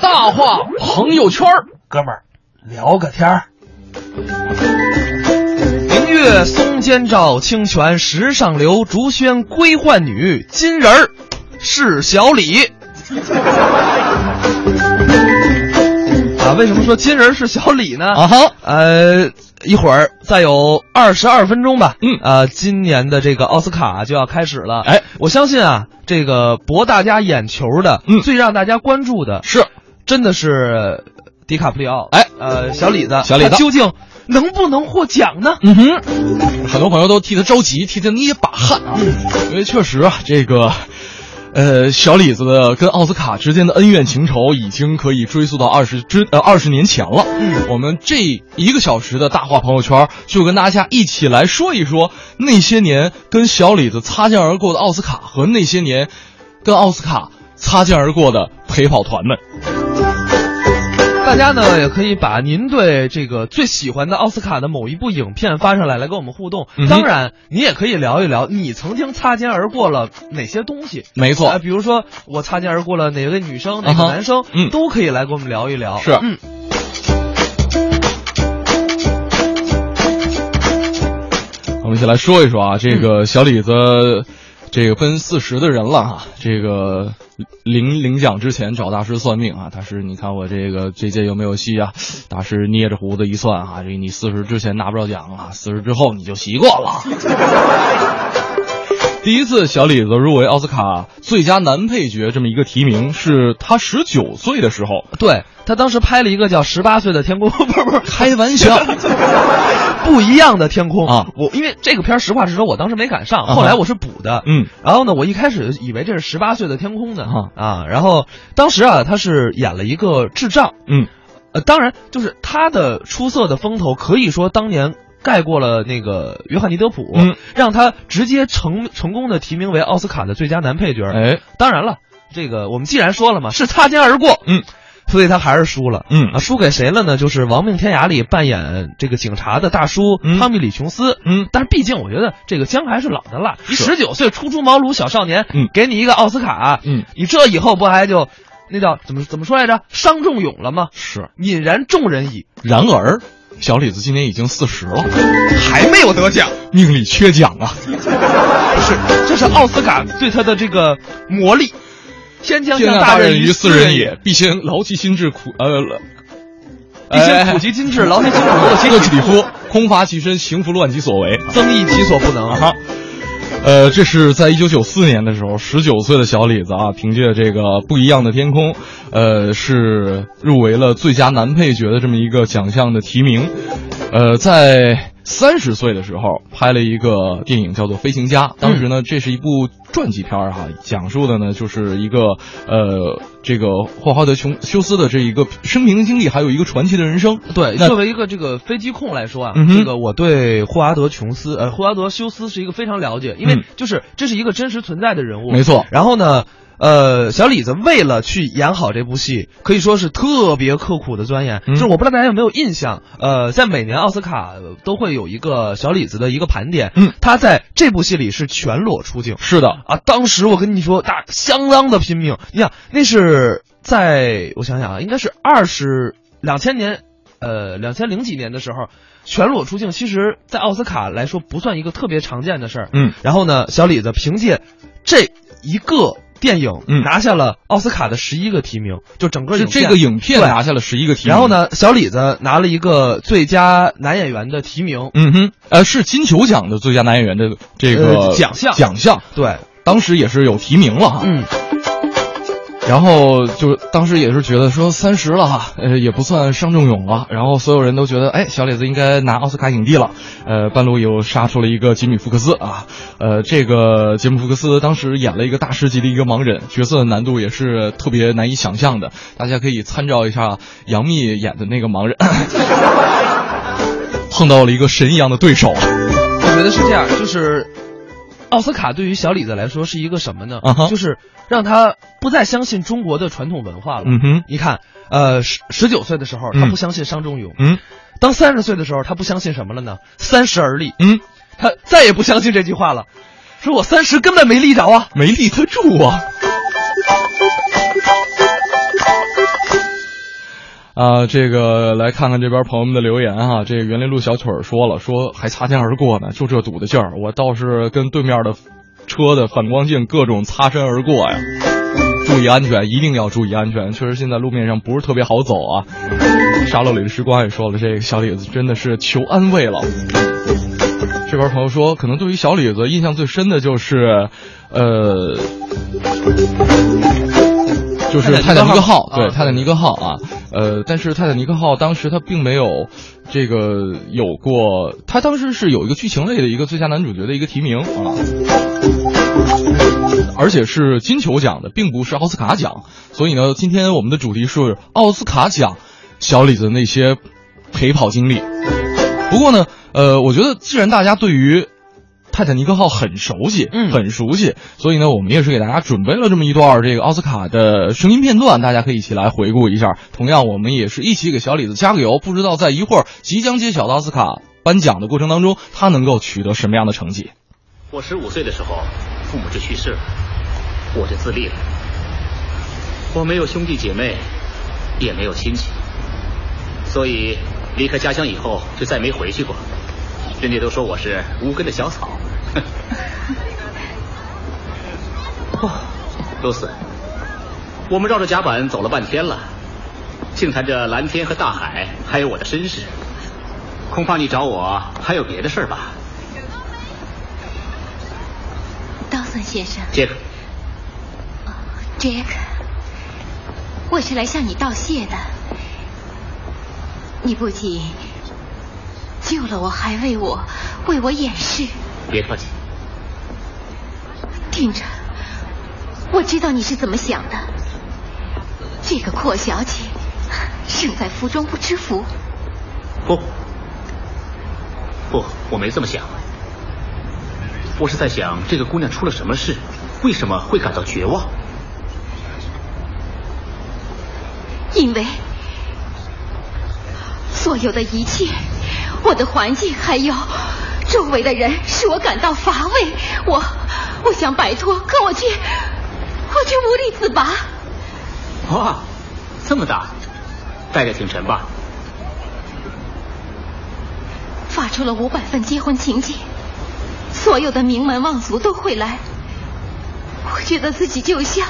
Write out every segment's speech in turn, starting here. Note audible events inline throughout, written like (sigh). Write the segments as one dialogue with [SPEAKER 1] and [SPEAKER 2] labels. [SPEAKER 1] 大话朋友圈儿
[SPEAKER 2] 哥们儿聊个天儿。
[SPEAKER 1] 明月松间照，清泉石上流。竹喧归浣女，金人儿是小李。啊，为什么说金人儿是小李呢？
[SPEAKER 2] 啊哈，
[SPEAKER 1] 呃，一会儿再有二十二分钟吧。
[SPEAKER 2] 嗯
[SPEAKER 1] 呃，今年的这个奥斯卡就要开始了。
[SPEAKER 2] 哎，
[SPEAKER 1] 我相信啊，这个博大家眼球的，
[SPEAKER 2] 嗯
[SPEAKER 1] 最让大家关注的
[SPEAKER 2] 是
[SPEAKER 1] 真的是迪卡普里奥，
[SPEAKER 2] 哎
[SPEAKER 1] 呃，小李子，
[SPEAKER 2] 小李子
[SPEAKER 1] 他究竟能不能获奖呢？
[SPEAKER 2] 嗯哼，很多朋友都替他着急，替他捏把汗啊，
[SPEAKER 1] 嗯
[SPEAKER 2] 因为确实啊，这个。呃，小李子的跟奥斯卡之间的恩怨情仇已经可以追溯到二十之呃二十年前了。嗯，我们这一个小时的大话朋友圈，就跟大家一起来说一说那些年跟小李子擦肩而过的奥斯卡和那些年跟奥斯卡擦肩而过的陪跑团们。
[SPEAKER 1] 大家呢也可以把您对这个最喜欢的奥斯卡的某一部影片发上来，来跟我们互动。
[SPEAKER 2] 嗯哼
[SPEAKER 1] 当然，你也可以聊一聊你曾经擦肩而过了哪些东西。
[SPEAKER 2] 没
[SPEAKER 1] 啊，
[SPEAKER 2] 错，
[SPEAKER 1] 比如说我擦肩而过了哪位女生、哪
[SPEAKER 2] 啊
[SPEAKER 1] 个
[SPEAKER 2] 哈
[SPEAKER 1] 男生，
[SPEAKER 2] 嗯
[SPEAKER 1] 都可以来跟我们聊一聊。
[SPEAKER 2] 是
[SPEAKER 1] 嗯。
[SPEAKER 2] 我们一起来说一说啊，这
[SPEAKER 1] 嗯
[SPEAKER 2] 个小李子，这个奔四十的人了哈、这个领领奖之前找大师算命啊，大师你看我这个这届有没有戏啊？大师捏着胡子一算啊，这个你四十之前拿不着奖啊，四十之后你就
[SPEAKER 1] (laughs)
[SPEAKER 2] 习惯了。第一次小李子入围奥斯卡最佳男配角这么一个提名，是他十九岁的时候，
[SPEAKER 1] 对他当时拍了一个叫《十八岁的天空》， (laughs) 不是不是，
[SPEAKER 2] 开玩笑。
[SPEAKER 1] (laughs) (laughs) 不一样的天空
[SPEAKER 2] 啊！
[SPEAKER 1] 我因为这个片儿，实话实说，我当时没赶上，
[SPEAKER 2] 啊哈
[SPEAKER 1] 后来我是补的。
[SPEAKER 2] 嗯，
[SPEAKER 1] 然后呢，我一开始以为这是十八岁的天空呢
[SPEAKER 2] 啊
[SPEAKER 1] 啊，然后当时啊，他是演了一个智障，
[SPEAKER 2] 嗯，
[SPEAKER 1] 呃，当然就是他的出色的风头，可以说当年盖过了那个约翰尼德普，
[SPEAKER 2] 嗯
[SPEAKER 1] 让他直接成成功的提名为奥斯卡的最佳男配角。
[SPEAKER 2] 哎，
[SPEAKER 1] 当然了，这个我们既然说了嘛，是擦肩而过，
[SPEAKER 2] 嗯，
[SPEAKER 1] 所以他还是输了。
[SPEAKER 2] 嗯
[SPEAKER 1] 啊，输给谁了呢？就是《亡命天涯》里扮演这个警察的大叔、
[SPEAKER 2] 嗯
[SPEAKER 1] 汤米·李琼斯。
[SPEAKER 2] 嗯，
[SPEAKER 1] 但是毕竟我觉得这个姜还是老的辣，你
[SPEAKER 2] 是
[SPEAKER 1] 十九岁初出茅庐小少年，
[SPEAKER 2] 嗯
[SPEAKER 1] 给你一个奥斯卡，
[SPEAKER 2] 嗯，
[SPEAKER 1] 你这以后不还就那叫怎么怎么说来着？伤仲永了吗？
[SPEAKER 2] 是。
[SPEAKER 1] 泯然众人 (laughs) 矣，
[SPEAKER 2] 然而，小李子今年已经四十了，
[SPEAKER 1] 还没有得奖。
[SPEAKER 2] 命里缺奖啊！
[SPEAKER 1] 是，这是奥斯卡对他的这个磨砺。天将
[SPEAKER 2] 天
[SPEAKER 1] 降
[SPEAKER 2] 下大
[SPEAKER 1] 任
[SPEAKER 2] 任于斯人
[SPEAKER 1] 也
[SPEAKER 2] 也，，必先劳其心志苦呃，哎
[SPEAKER 1] 一心苦其心志，劳其筋骨，饿其
[SPEAKER 2] 其体肤，空乏其身，行拂乱其所为。
[SPEAKER 1] 增益其所不能。
[SPEAKER 2] 啊，呃，这是在一九九四年的时候，十九岁的小李子啊，凭借这个《不一样的天空》，呃，是入围了最佳男配角的这么一个奖项的提名。呃，在三十岁的时候拍了一个电影叫做《飞行家》，当时
[SPEAKER 1] 嗯
[SPEAKER 2] 呢，这是一部传记片儿哈、讲述的呢就是一个呃这个霍华德琼休斯的这一个生平的经历，还有一个传奇的人生。
[SPEAKER 1] 对，
[SPEAKER 2] 那
[SPEAKER 1] 作为一个这个飞机控来说啊，
[SPEAKER 2] 嗯哼
[SPEAKER 1] 这个我对霍华德·琼斯，呃，霍华德·休斯是一个非常了解，因为
[SPEAKER 2] 嗯
[SPEAKER 1] 就是这是一个真实存在的人物。
[SPEAKER 2] 没错，
[SPEAKER 1] 然后呢，呃，小李子为了去演好这部戏，可以说是特别刻苦的钻研。
[SPEAKER 2] 嗯
[SPEAKER 1] 就是我不知道大家有没有印象，呃，在每年奥斯卡都会有一个小李子的一个盘点，
[SPEAKER 2] 嗯，
[SPEAKER 1] 他在这部戏里是全裸出镜。
[SPEAKER 2] 是的，
[SPEAKER 1] 啊，当时我跟你说，大相当的拼命。你想，那是在我想想啊，应该是二十两千年，呃，两千零几年的时候，全裸出镜，其实在奥斯卡来说不算一个特别常见的事儿。
[SPEAKER 2] 嗯，
[SPEAKER 1] 然后呢，小李子凭借这一个电影
[SPEAKER 2] 嗯
[SPEAKER 1] 拿下了奥斯卡的十一个提名，就整个
[SPEAKER 2] 是
[SPEAKER 1] 影片
[SPEAKER 2] 这个影片
[SPEAKER 1] 对
[SPEAKER 2] 拿下了十一个提名。
[SPEAKER 1] 然后？呢，小李子拿了一个最佳男演员的提名，
[SPEAKER 2] 嗯哼，呃，是金球奖的最佳男演员的这个、
[SPEAKER 1] 呃奖项
[SPEAKER 2] 奖项，
[SPEAKER 1] 对，
[SPEAKER 2] 当时也是有提名了哈。
[SPEAKER 1] 嗯，
[SPEAKER 2] 然后就当时也是觉得说三十了哈，呃，也不算伤仲永了。然后所有人都觉得，哎，小李子应该拿奥斯卡影帝了。呃，半路又杀出了一个吉米·福克斯啊，呃，这个吉姆·福克斯当时演了一个大师级的一个盲人，角色的难度也是特别难以想象的。大家可以参照一下杨幂演的那个盲人，碰到了一个神一样的对手。
[SPEAKER 1] 我觉得是这样，就是奥斯卡对于小李子来说是一个什么呢
[SPEAKER 2] 啊哈
[SPEAKER 1] 就是让他不再相信中国的传统文化了。
[SPEAKER 2] 嗯哼，
[SPEAKER 1] 你看，呃，十十九岁的时候，
[SPEAKER 2] 嗯
[SPEAKER 1] 他不相信伤仲永；
[SPEAKER 2] 嗯
[SPEAKER 1] 当三十岁的时候，他不相信什么了呢？三十而立，
[SPEAKER 2] 嗯，
[SPEAKER 1] 他再也不相信这句话了，说我三十根本没立着啊。
[SPEAKER 2] 没立得住啊。啊，这个来看看这边朋友们的留言哈、这个园林路小腿儿说了，说还擦肩而过呢，就这堵的劲儿，我倒是跟对面的车的反光镜各种擦身而过呀。注意安全，一定要注意安全。确实，现在路面上不是特别好走啊。沙漏里的时光也说了，这个小李子真的是求安慰了。这边朋友说，可能对于小李子印象最深的就是，呃，就是泰坦
[SPEAKER 1] 泰坦
[SPEAKER 2] 尼
[SPEAKER 1] 尼
[SPEAKER 2] 克号
[SPEAKER 1] 克号，
[SPEAKER 2] 对，
[SPEAKER 1] 啊
[SPEAKER 2] 泰坦尼克号啊，呃，但是泰坦尼克号当时它并没有这个有过，它当时是有一个剧情类的一个最佳男主角的一个提名啊。而且是金球奖的，并不是奥斯卡奖。所以呢，今天我们的主题是奥斯卡奖小李子那些陪跑经历。不过呢，呃，我觉得既然大家对于泰坦尼克号很熟悉，
[SPEAKER 1] 嗯
[SPEAKER 2] 很熟悉，所以呢，我们也是给大家准备了这么一段这个奥斯卡的声音片段，大家可以一起来回顾一下。同样，我们也是一起给小李子加个油，不知道在一会儿即将揭晓的奥斯卡颁奖的过程当中，他能够取得什么样的成绩。
[SPEAKER 3] 我十五岁的时候，父母就去世了，我就自立了。我没有兄弟姐妹，也没有亲戚，所以离开家乡以后就再没回去过。人家都说我是无根的小草。哦，露丝，我们绕着甲板走了半天了，净谈着蓝天和大海，还有我的身世。恐怕你找我还有别的事儿吧，
[SPEAKER 4] 道森先生，
[SPEAKER 3] 杰克。
[SPEAKER 4] 哦杰克，我是来向你道谢的。你不仅救了我，还为我为我掩饰。
[SPEAKER 3] 别客气，
[SPEAKER 4] 听着，我知道你是怎么想的。这个阔小姐胜在福中不知福。
[SPEAKER 3] 不，不，我没这么想。我是在想，这个姑娘出了什么事，为什么会感到绝望？
[SPEAKER 4] 因为所有的一切，我的环境还有周围的人，使我感到乏味。我我想摆脱，可我却我却无力自拔。
[SPEAKER 3] 哇，这么大，带着挺沉吧？
[SPEAKER 4] 发出了五百份结婚请柬，所有的名门望族都会来。我觉得自己就像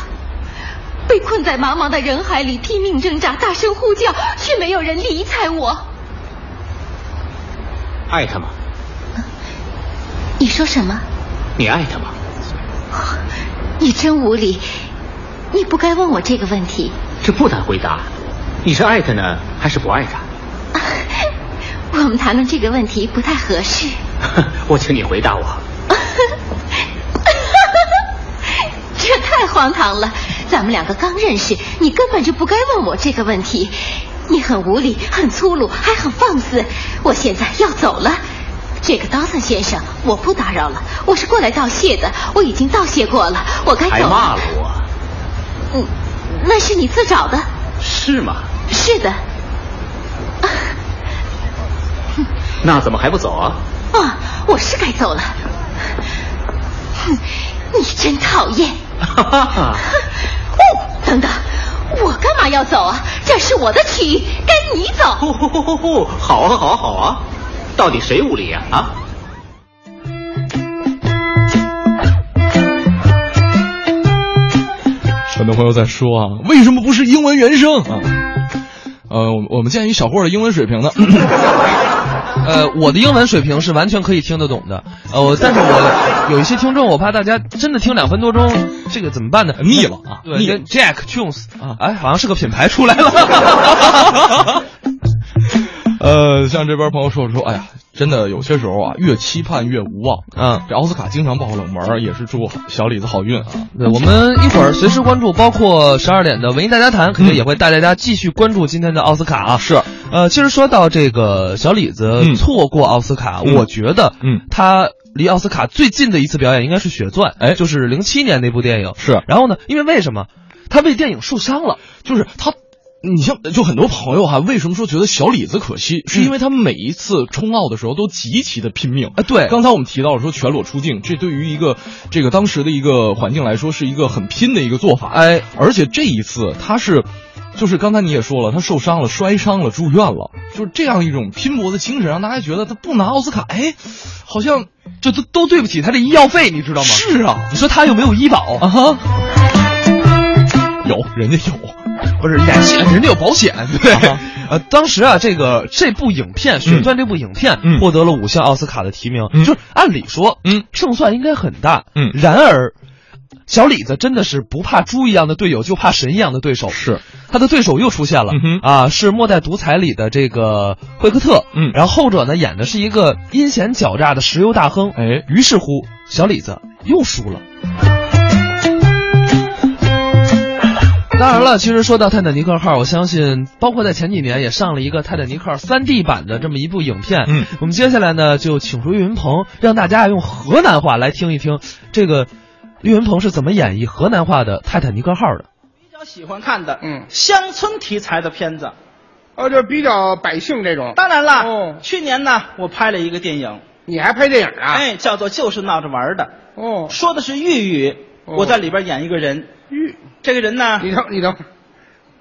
[SPEAKER 4] 被困在茫茫的人海里，拼命挣扎，大声呼叫，却没有人理睬我。
[SPEAKER 3] 爱她吗？
[SPEAKER 4] 你说什么？
[SPEAKER 3] 你爱她吗？
[SPEAKER 4] 你真无理，你不该问我这个问题。
[SPEAKER 3] 这不难回答。你是爱她呢，还是不爱她？ (laughs)
[SPEAKER 4] 我们谈论这个问题不太合适。
[SPEAKER 3] 我请你回答我。
[SPEAKER 4] 这太荒唐了！咱们两个刚认识，你根本就不该问我这个问题。你很无理，很粗鲁，还很放肆。我现在要走了。这个刀森先生，我不打扰了，我是过来道谢的，我已经道谢过了，我该
[SPEAKER 3] 还
[SPEAKER 4] 走
[SPEAKER 3] 骂了我，
[SPEAKER 4] 嗯，那是你自找的。
[SPEAKER 3] 是吗？
[SPEAKER 4] 是的。
[SPEAKER 3] 那怎么还不走啊？
[SPEAKER 4] 啊，我是该走了。哼，你真讨厌！
[SPEAKER 3] 哈哈哈。
[SPEAKER 4] 哦，等等，我干嘛要走啊？这是我的曲，该你走。
[SPEAKER 3] 呼呼呼呼呼！好啊好啊好啊！到底谁无理呀、啊？
[SPEAKER 2] 很多朋友在说 (laughs) 啊，为什么不是英文原声
[SPEAKER 1] 嗯
[SPEAKER 2] 啊？呃，我们我们鉴于小霍的英文水平呢，
[SPEAKER 1] (laughs) 呃，我的英文水平是完全可以听得懂的，呃，我但是我有一些听众，我怕大家真的听两分多钟，这个怎么办呢？
[SPEAKER 2] 腻了啊
[SPEAKER 1] 对，
[SPEAKER 2] 腻了
[SPEAKER 1] 跟 Jack Jones 啊，哎，好像是个品牌出来了。
[SPEAKER 2] 呃，像这边朋友说说，哎呀，真的有些时候啊，越期盼越无望。
[SPEAKER 1] 嗯，
[SPEAKER 2] 这奥斯卡经常爆冷门儿，也是祝小李子好运啊。
[SPEAKER 1] 对，嗯我们一会儿随时关注，包括十二点的文艺大家谈，肯定也会带大家继续关注今天的奥斯卡啊。
[SPEAKER 2] 是，
[SPEAKER 1] 呃，其实说到这个小李子
[SPEAKER 2] 嗯
[SPEAKER 1] 错过奥斯卡，
[SPEAKER 2] 嗯
[SPEAKER 1] 我觉得，
[SPEAKER 2] 嗯
[SPEAKER 1] 他离奥斯卡最近的一次表演应该是《血钻》，
[SPEAKER 2] 哎
[SPEAKER 1] 就是零七年那部电影。
[SPEAKER 2] 是，
[SPEAKER 1] 然后呢，因为为什么？他为电影受伤了，
[SPEAKER 2] 啊就是他，你像就很多朋友哈、为什么说觉得小李子可惜，是因为他每一次冲奥的时候都极其的拼命。
[SPEAKER 1] 啊，对，
[SPEAKER 2] 刚才我们提到了说全裸出镜，这对于一个这个当时的一个环境来说是一个很拼的一个做法。
[SPEAKER 1] 哎，
[SPEAKER 2] 而且这一次他是就是刚才你也说了，他受伤了、摔伤了、住院了，就是这样一种拼搏的精神，让大家觉得他不拿奥斯卡，哎，好像
[SPEAKER 1] 这都都对不起他这医药费，你知道吗？
[SPEAKER 2] 是啊，
[SPEAKER 1] 你说他又没有医保，
[SPEAKER 2] 啊哈，有人家有，
[SPEAKER 1] 不是人家人家有保险，对
[SPEAKER 2] 啊哈。
[SPEAKER 1] (laughs) 呃，当时啊，这个这部影片《血钻》这部影片、
[SPEAKER 2] 嗯
[SPEAKER 1] 获得了五项奥斯卡的提名，
[SPEAKER 2] 嗯
[SPEAKER 1] 就是按理说，
[SPEAKER 2] 嗯，
[SPEAKER 1] 胜算应该很大，
[SPEAKER 2] 嗯
[SPEAKER 1] 然而，小李子真的是不怕猪一样的队友，就怕神一样的对手，
[SPEAKER 2] 是
[SPEAKER 1] 他的对手又出现了、
[SPEAKER 2] 嗯哼
[SPEAKER 1] 啊，是《末代独裁》里的这个惠克特，
[SPEAKER 2] 嗯
[SPEAKER 1] 然后后者呢演的是一个阴险狡诈的石油大亨，
[SPEAKER 2] 哎
[SPEAKER 1] 于是乎小李子又输了。当然了，其实说到《泰坦尼克号》，我相信包括在前几年也上了一个《泰坦尼克号》三 D 版的这么一部影片。
[SPEAKER 2] 嗯，
[SPEAKER 1] 我们接下来呢就请出岳云鹏，让大家用河南话来听一听这个岳云鹏是怎么演绎河南话的《泰坦尼克号》的。
[SPEAKER 5] 比较喜欢看的，
[SPEAKER 6] 嗯
[SPEAKER 5] 乡村题材的片子。
[SPEAKER 6] 哦，就是比较百姓这种。
[SPEAKER 5] 当然了，
[SPEAKER 6] 哦
[SPEAKER 5] 去年呢，我拍了一个电影，
[SPEAKER 6] 你还拍电影啊？，
[SPEAKER 5] 哎，叫做《就是闹着玩儿的》，
[SPEAKER 6] 哦，
[SPEAKER 5] 说的是豫语，
[SPEAKER 6] 哦
[SPEAKER 5] 我在里边演一个人，
[SPEAKER 6] 吁，
[SPEAKER 5] 这个人呢，
[SPEAKER 6] 你等你等会儿，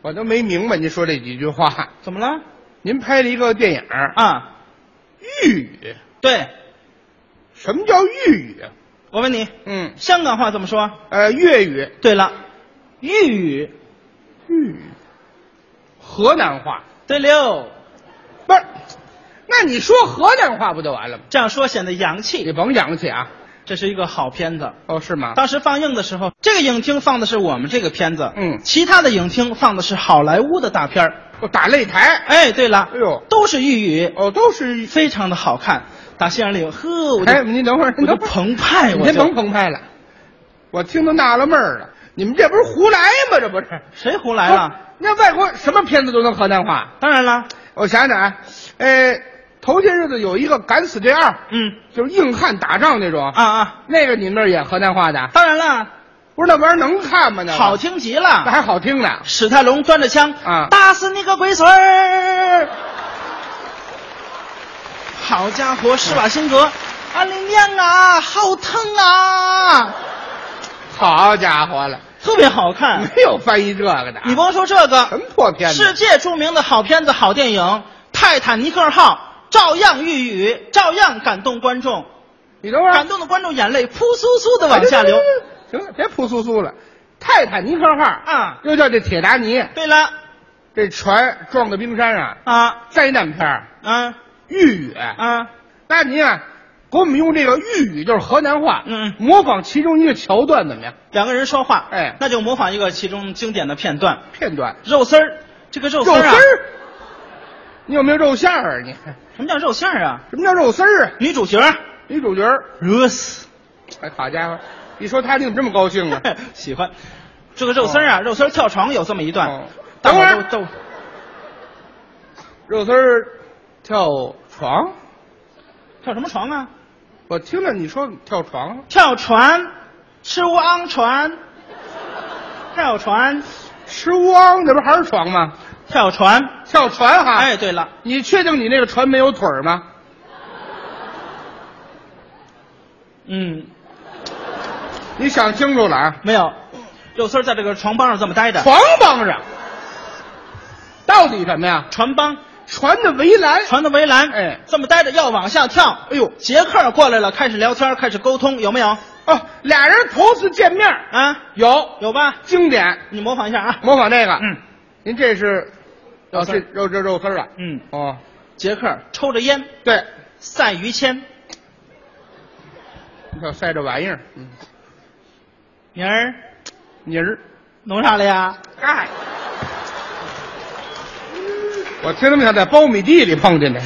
[SPEAKER 6] 我都没明白您说这几句话。
[SPEAKER 5] 怎么了？
[SPEAKER 6] 您拍了一个电影啊？
[SPEAKER 5] 啊，
[SPEAKER 6] 豫语？
[SPEAKER 5] 对，
[SPEAKER 6] 什么叫豫语？
[SPEAKER 5] 我问你，
[SPEAKER 6] 嗯，
[SPEAKER 5] 香港话怎么说？
[SPEAKER 6] 呃，粤语、
[SPEAKER 5] 对了，豫语，
[SPEAKER 6] 豫语、河南话，
[SPEAKER 5] 对溜，
[SPEAKER 6] 不是？那你说河南话不就完了吗？
[SPEAKER 5] 这样说显得洋
[SPEAKER 6] 你
[SPEAKER 5] 气。
[SPEAKER 6] 甭洋气啊！
[SPEAKER 5] 这是一个好片子。
[SPEAKER 6] 哦，是吗？
[SPEAKER 5] 当时放映的时候，这个影厅放的是我们这个片子，
[SPEAKER 6] 嗯
[SPEAKER 5] 其他的影厅放的是好莱坞的大片儿。
[SPEAKER 6] 我打擂台。
[SPEAKER 5] 哎，对了，
[SPEAKER 6] 哎呦
[SPEAKER 5] 都是豫语，
[SPEAKER 6] 哦，都是。
[SPEAKER 5] 非常的好看。打心眼里，呵，我就、
[SPEAKER 6] 哎，您等会儿，
[SPEAKER 5] 我
[SPEAKER 6] 您
[SPEAKER 5] 就
[SPEAKER 6] 等会儿
[SPEAKER 5] 澎湃，
[SPEAKER 6] 你
[SPEAKER 5] 我
[SPEAKER 6] 先
[SPEAKER 5] 就
[SPEAKER 6] 甭澎湃了，我听都纳了闷儿了。你们这不是胡来吗？这不是
[SPEAKER 5] 谁胡来了？
[SPEAKER 6] 不是那外国什么片子都能河南话？
[SPEAKER 5] 当然了，
[SPEAKER 6] 我想想啊，呃，头些日子有一个《敢死队二》，
[SPEAKER 5] 嗯
[SPEAKER 6] 就是硬汉打仗那种，
[SPEAKER 5] 啊啊，
[SPEAKER 6] 那个你们那儿演河南话的，
[SPEAKER 5] 当然了，
[SPEAKER 6] 不是那玩意儿能看吗？那个
[SPEAKER 5] 好，听极
[SPEAKER 6] 那
[SPEAKER 5] 了。
[SPEAKER 6] 还好听呢。
[SPEAKER 5] 史泰龙端着枪
[SPEAKER 6] 啊
[SPEAKER 5] 打死你个龟孙儿！好家伙，施瓦辛格，俺的娘啊，好疼啊，
[SPEAKER 6] 好家伙了，
[SPEAKER 5] 特别好看。
[SPEAKER 6] 没有翻译这个的。
[SPEAKER 5] 你甭说这个，
[SPEAKER 6] 什么破片子
[SPEAKER 5] 世界著名的好片子、好电影《泰坦尼克号》，照样遇雨，照样感动观众，
[SPEAKER 6] 你等会儿，哎
[SPEAKER 5] 感动的观众眼泪扑簌簌的往下流。
[SPEAKER 6] 行了，别扑簌簌了。泰坦尼克号
[SPEAKER 5] 啊
[SPEAKER 6] 又叫这铁达尼，
[SPEAKER 5] 对了，
[SPEAKER 6] 这船撞到冰山上，
[SPEAKER 5] 啊
[SPEAKER 6] 灾难片儿
[SPEAKER 5] 啊
[SPEAKER 6] 豫语。
[SPEAKER 5] 啊，
[SPEAKER 6] 那您啊，给我们用这个豫语，就是河南话，
[SPEAKER 5] 嗯
[SPEAKER 6] 模仿其中一个桥段怎么样？
[SPEAKER 5] 两个人说话，
[SPEAKER 6] 哎
[SPEAKER 5] 那就模仿一个其中经典的片段，
[SPEAKER 6] 片段
[SPEAKER 5] 肉丝儿。这个肉丝
[SPEAKER 6] 肉
[SPEAKER 5] 儿
[SPEAKER 6] 丝
[SPEAKER 5] 啊，
[SPEAKER 6] 儿，你有没有肉馅儿啊？你
[SPEAKER 5] 什么叫肉馅儿啊？
[SPEAKER 6] 什么叫肉丝儿啊？
[SPEAKER 5] 女主角
[SPEAKER 6] 女主角儿，
[SPEAKER 5] Rose，
[SPEAKER 6] 哎，好家伙，一说她你怎么这么高兴啊？
[SPEAKER 5] (laughs) 喜欢。这个肉丝儿啊，肉丝儿跳床有这么一段
[SPEAKER 6] 哦，
[SPEAKER 5] 大伙
[SPEAKER 6] 等会
[SPEAKER 5] 儿
[SPEAKER 6] 儿
[SPEAKER 5] 都都
[SPEAKER 6] 肉丝儿跳床，
[SPEAKER 5] 跳什么床啊？
[SPEAKER 6] 我听着你说跳床，
[SPEAKER 5] 跳船，吃乌昂船，跳船，
[SPEAKER 6] 吃汪，那不还是床吗？
[SPEAKER 5] 跳船。
[SPEAKER 6] 跳船哈，
[SPEAKER 5] 哎，，对了，
[SPEAKER 6] 你确定你那个船没有腿儿吗？
[SPEAKER 5] 嗯，
[SPEAKER 6] 你想清楚了啊。
[SPEAKER 5] 没有，肉丝儿在这个床帮上这么待着，
[SPEAKER 6] 床帮上，到底什么呀？
[SPEAKER 5] 船帮，
[SPEAKER 6] 船的围栏。
[SPEAKER 5] 船的围栏，
[SPEAKER 6] 哎
[SPEAKER 5] 这么待着要往下跳。
[SPEAKER 6] 哎呦
[SPEAKER 5] 杰克过来了，开始聊天，开始沟通，有没有？
[SPEAKER 6] 哦，俩人头次见面儿
[SPEAKER 5] 啊，
[SPEAKER 6] 有
[SPEAKER 5] 有吧？
[SPEAKER 6] 经典，
[SPEAKER 5] 你模仿一下啊。
[SPEAKER 6] 模仿这个。
[SPEAKER 5] 嗯，
[SPEAKER 6] 您这是
[SPEAKER 5] 肉
[SPEAKER 6] 哦，
[SPEAKER 5] 丝
[SPEAKER 6] 这
[SPEAKER 5] 儿
[SPEAKER 6] 肉这肉丝儿啊。
[SPEAKER 5] 嗯
[SPEAKER 6] 哦，
[SPEAKER 5] 杰克抽着烟，
[SPEAKER 6] 对，
[SPEAKER 5] 赛于谦，
[SPEAKER 6] 你瞧塞这玩意儿，嗯，
[SPEAKER 5] 明儿
[SPEAKER 6] 泥儿，
[SPEAKER 5] 弄啥了呀？
[SPEAKER 6] 哎，我听他们想在苞米地里碰见的。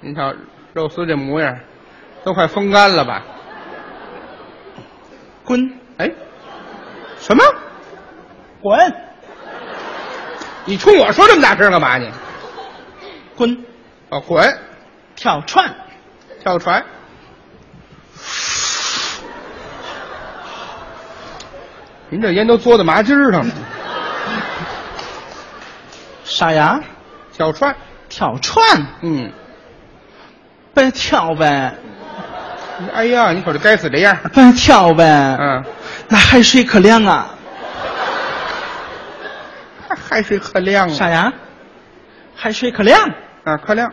[SPEAKER 6] 您瞧肉丝这模样，都快风干了吧？
[SPEAKER 5] 滚
[SPEAKER 6] 哎，什么？
[SPEAKER 5] 滚
[SPEAKER 6] 你冲我说这么大声干嘛你？
[SPEAKER 5] 滚，
[SPEAKER 6] 哦，滚，
[SPEAKER 5] 跳船，
[SPEAKER 6] 跳船。您这烟都嘬到麻筋儿上了，
[SPEAKER 5] 傻丫，
[SPEAKER 6] 小船，
[SPEAKER 5] 跳船。
[SPEAKER 6] 嗯，
[SPEAKER 5] 别跳呗，
[SPEAKER 6] 哎呀，你可这
[SPEAKER 5] (laughs) 嗯
[SPEAKER 6] 该死这样儿，
[SPEAKER 5] 别跳呗。
[SPEAKER 6] 嗯，
[SPEAKER 5] 那海水可凉啊！
[SPEAKER 6] 海水可亮
[SPEAKER 5] 啥
[SPEAKER 6] 了
[SPEAKER 5] 呀？海水可亮，
[SPEAKER 6] 啊，可亮，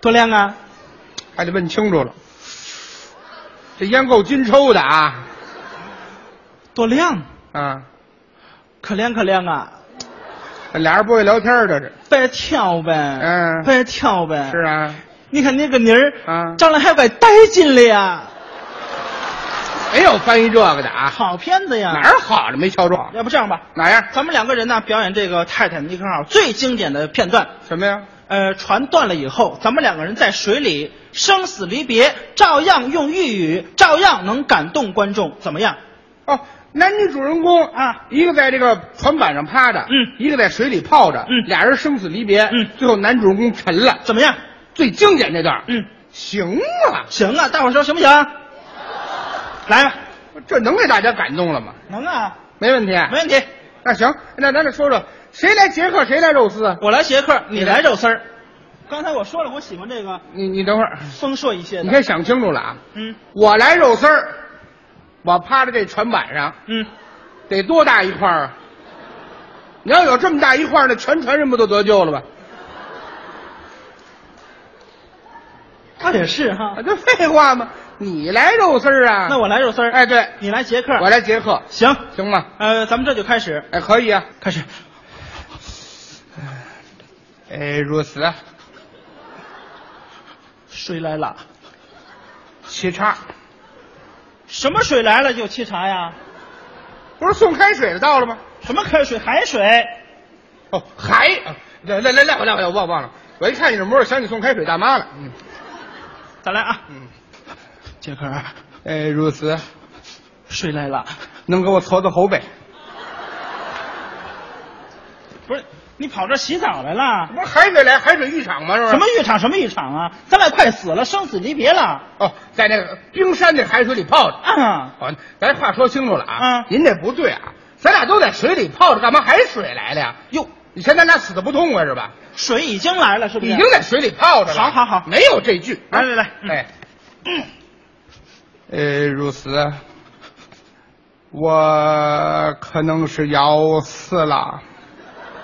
[SPEAKER 5] 多亮啊！
[SPEAKER 6] 还得问清楚了。这烟够金抽的啊
[SPEAKER 5] 多亮，
[SPEAKER 6] 啊！
[SPEAKER 5] 可亮可亮啊！
[SPEAKER 6] 俩人不会聊天儿这是
[SPEAKER 5] 别跳呗，
[SPEAKER 6] 嗯
[SPEAKER 5] 别跳呗。
[SPEAKER 6] 是啊，
[SPEAKER 5] 你看那个妮儿，
[SPEAKER 6] 啊
[SPEAKER 5] 张了还怪带劲了呀，
[SPEAKER 6] 没有翻译这个的啊，
[SPEAKER 5] 好片子呀。
[SPEAKER 6] 哪儿好了没瞧着？
[SPEAKER 5] 要不这样吧，
[SPEAKER 6] 哪样？
[SPEAKER 5] 咱们两个人呢表演这个《泰坦尼克号》最经典的片段。
[SPEAKER 6] 什么呀？
[SPEAKER 5] 呃，船断了以后，咱们两个人在水里生死离别，照样用粤语，照样能感动观众，怎么样？
[SPEAKER 6] 哦，男女主人公
[SPEAKER 5] 啊，
[SPEAKER 6] 一个在这个船板上趴着，
[SPEAKER 5] 嗯
[SPEAKER 6] 一个在水里泡着，
[SPEAKER 5] 嗯
[SPEAKER 6] 俩人生死离别，
[SPEAKER 5] 嗯
[SPEAKER 6] 最后男主人公沉了，
[SPEAKER 5] 怎么样？
[SPEAKER 6] 最经典这段，
[SPEAKER 5] 嗯，
[SPEAKER 6] 行了，
[SPEAKER 5] 行啊，大伙儿说行不行？来吧，
[SPEAKER 6] 这能给大家感动了吗？
[SPEAKER 5] 能啊，
[SPEAKER 6] 没问题，
[SPEAKER 5] 没问题。
[SPEAKER 6] 那行，那咱再说说谁来杰克，谁来肉丝啊？
[SPEAKER 5] 我来杰克，你
[SPEAKER 6] 你来
[SPEAKER 5] 来肉丝儿。刚才我说了，我喜欢这个
[SPEAKER 6] 你你等会儿，
[SPEAKER 5] 丰硕一些的。
[SPEAKER 6] 你先想清楚了啊！
[SPEAKER 5] 嗯
[SPEAKER 6] 我来肉丝儿，我趴在这船板上，
[SPEAKER 5] 嗯，
[SPEAKER 6] 得多大一块儿啊？你要有这么大一块儿，那全船人不都得救了吧？
[SPEAKER 5] 倒也是
[SPEAKER 6] 啊，。
[SPEAKER 5] 哈
[SPEAKER 6] 这废话吗？你来肉丝儿啊？
[SPEAKER 5] 那我来肉丝儿，
[SPEAKER 6] 哎，对，
[SPEAKER 5] 你来杰克，
[SPEAKER 6] 我来杰克，
[SPEAKER 5] 行。
[SPEAKER 6] 行吗？
[SPEAKER 5] 呃，咱们这就开始，
[SPEAKER 6] 哎，可以啊。
[SPEAKER 5] 开始。
[SPEAKER 6] 哎，如此，
[SPEAKER 5] 水来了，
[SPEAKER 6] 沏茶，
[SPEAKER 5] 什么水来了就沏茶呀？
[SPEAKER 6] 不是送开水的到了吗？
[SPEAKER 5] 什么开水？海水？
[SPEAKER 6] 哦，还，啊来来来来，我来我来，我忘忘了。我一看你这模样，想起送开水大妈了。嗯
[SPEAKER 5] 再来啊，
[SPEAKER 6] 嗯。
[SPEAKER 5] 杰克，
[SPEAKER 6] 哎，如此，
[SPEAKER 5] 水来了。
[SPEAKER 6] 能给我搓搓后背？
[SPEAKER 5] 不是，你跑这洗澡来了？
[SPEAKER 6] 不是海水来海水浴场吗？是不是？
[SPEAKER 5] 什么？浴场？什么浴场啊？咱俩快死了，生死离别了
[SPEAKER 6] 哦，在那个冰山的海水里泡着。
[SPEAKER 5] 啊！
[SPEAKER 6] 哦，咱话说清楚了啊。
[SPEAKER 5] 嗯
[SPEAKER 6] 您这不对啊，咱俩都在水里泡着，干嘛海水来了呀？
[SPEAKER 5] 哟，
[SPEAKER 6] 以前咱俩死的不痛快是吧？
[SPEAKER 5] 水已经来了，是不是？
[SPEAKER 6] 已经在水里泡着了。
[SPEAKER 5] 好好好
[SPEAKER 6] 没有这句。
[SPEAKER 5] 来来来嗯
[SPEAKER 6] 哎，呃，如此，我可能是要死了，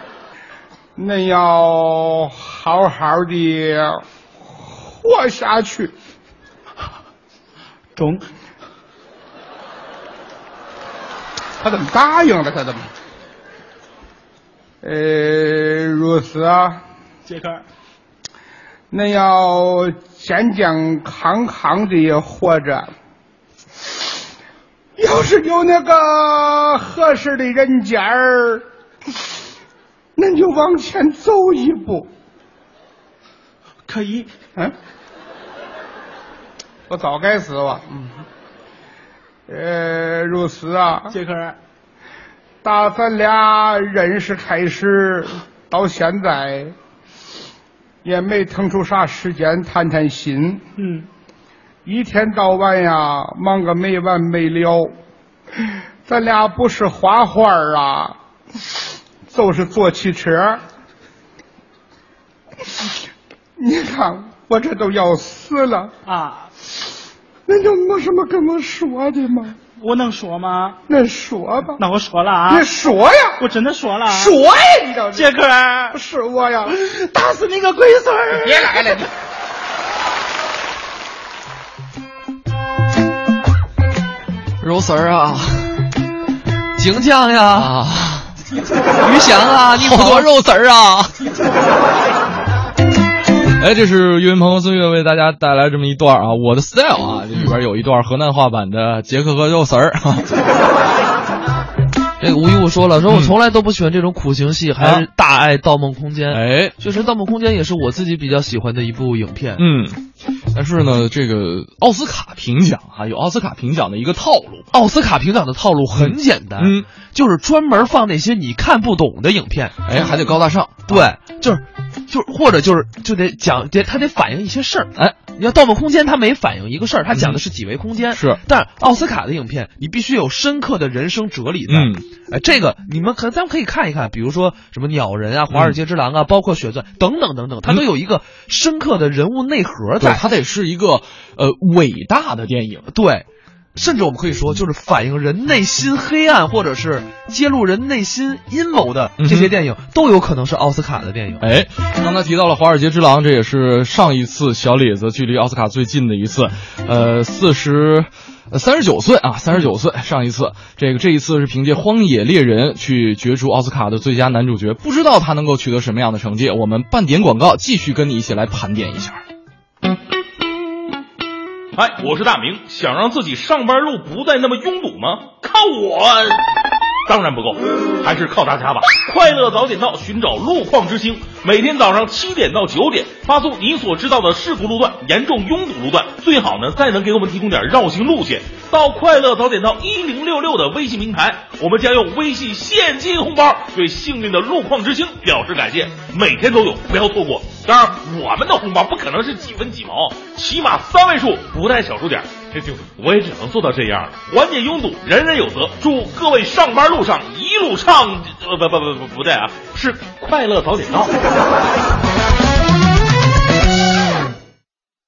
[SPEAKER 6] (laughs) 恁要好好的活下去。
[SPEAKER 5] 中。
[SPEAKER 6] 他怎么答应了？他怎么？呃，如此啊，
[SPEAKER 5] 杰克，
[SPEAKER 6] 恁要健健康康的活着。要是有那个合适的人家儿，恁就往前走一步。
[SPEAKER 5] 可以。
[SPEAKER 6] 嗯，我早该死我。嗯，呃，如此啊，
[SPEAKER 5] 杰克，
[SPEAKER 6] 打咱俩认识开始到现在，也没腾出啥时间谈谈心，
[SPEAKER 5] 嗯，
[SPEAKER 6] 一天到晚呀忙个没完没了。咱俩不是画画儿啊，就是坐汽车。你看我这都要死了，
[SPEAKER 5] 啊，
[SPEAKER 6] 那有没什么跟我说的吗？
[SPEAKER 5] 我能说吗？
[SPEAKER 6] 那说吧，
[SPEAKER 5] 那我说了啊
[SPEAKER 6] 你，说呀，
[SPEAKER 5] 我真的说了啊。
[SPEAKER 6] 说呀，你倒是。
[SPEAKER 5] 杰克，
[SPEAKER 6] 是我呀！
[SPEAKER 5] 打死你个龟孙儿！
[SPEAKER 6] 别来了，你。
[SPEAKER 1] 柔丝儿 (laughs) 啊，景酱呀，
[SPEAKER 2] 啊
[SPEAKER 1] 于翔啊，你好多肉丝儿啊。
[SPEAKER 2] 哎，这是岳云鹏和孙越为大家带来这么一段啊，我的 style 啊，这里边有一段河南话版的杰克和肉丝儿啊，
[SPEAKER 1] (laughs) 这个吴一物说了，
[SPEAKER 2] 嗯
[SPEAKER 1] 说我从来都不喜欢这种苦情戏，
[SPEAKER 2] 啊
[SPEAKER 1] 还是大爱《盗梦空间》。
[SPEAKER 2] 哎，
[SPEAKER 1] 确实，《盗梦空间》也是我自己比较喜欢的一部影片。
[SPEAKER 2] 嗯，但是呢，这个奥斯卡评奖啊，有奥斯卡评奖的一个套路，
[SPEAKER 1] 奥斯卡评奖的套路很简单，
[SPEAKER 2] 嗯，
[SPEAKER 1] 就是专门放那些你看不懂的影片。
[SPEAKER 2] 哎，还得高大上，
[SPEAKER 1] 对，就是，就是或者就是就得讲，得他得反映一些事儿。
[SPEAKER 2] 哎，
[SPEAKER 1] 你要《盗梦空间》，它没反映一个事儿，它讲的是几维空间。
[SPEAKER 2] 嗯是，
[SPEAKER 1] 但奥斯卡的影片，你必须有深刻的人生哲理在。
[SPEAKER 2] 嗯，
[SPEAKER 1] 哎，这个你们可咱们可以看一看，比如说什么鸟人啊、华
[SPEAKER 2] 嗯
[SPEAKER 1] 尔街之狼啊，包括血钻等等等等，它都有一个深刻的人物内核
[SPEAKER 2] 对，
[SPEAKER 1] 在。
[SPEAKER 2] 它得是一个呃伟大的电影，
[SPEAKER 1] 对，甚至我们可以说，就是反映人内心黑暗，或者是揭露人内心阴谋的
[SPEAKER 2] 嗯
[SPEAKER 1] 这些电影，都有可能是奥斯卡的电影。
[SPEAKER 2] 哎，刚才提到了《华尔街之狼》，这也是上一次小李子距离奥斯卡最近的一次，呃，四十。三十九岁啊，三十九岁，上一次这个这一次是凭借《荒野猎人》去角逐奥斯卡的最佳男主角，不知道他能够取得什么样的成绩。我们半点广告，继续跟你一起来盘点一下。
[SPEAKER 7] 嗨，哎我是大明，想让自己上班路不再那么拥堵吗？靠我，当然不够，还是靠大家吧！快乐早点到，寻找路况之星，每天早上七点到九点发送你所知道的事故路段、严重拥堵路段，最好呢再能给我们提供点绕行路线。到快乐早点到一零六六的微信平台，我们将用微信现金红包对幸运的路况之星表示感谢，每天都有，不要错过。当然，我们的红包不可能是几分几毛，起码三位数，不带小数点。这就我也只能做到这样了。缓解拥堵，人人有责。祝各位上班路上一路畅，呃不不不不不对啊，是快乐早点到。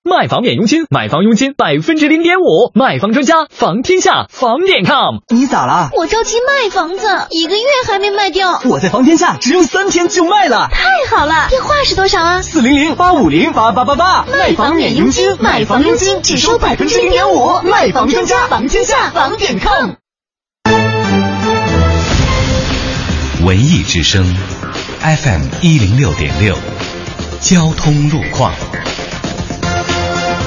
[SPEAKER 8] 卖房免佣金，买房佣金百分之零点五，卖房专家房天下房点 com。
[SPEAKER 9] 你咋了？
[SPEAKER 4] 我着急卖房子，一个月还没卖掉。
[SPEAKER 9] 我在房天下只用三天就卖了，
[SPEAKER 4] 太好了！电话是多少啊？
[SPEAKER 9] 四零零八五零八八八八。
[SPEAKER 4] 卖房免佣金，买房佣金只收百分之零点五。卖房专家房天下房点 com。
[SPEAKER 10] 文艺之声，FM 一零六点六，交通路况。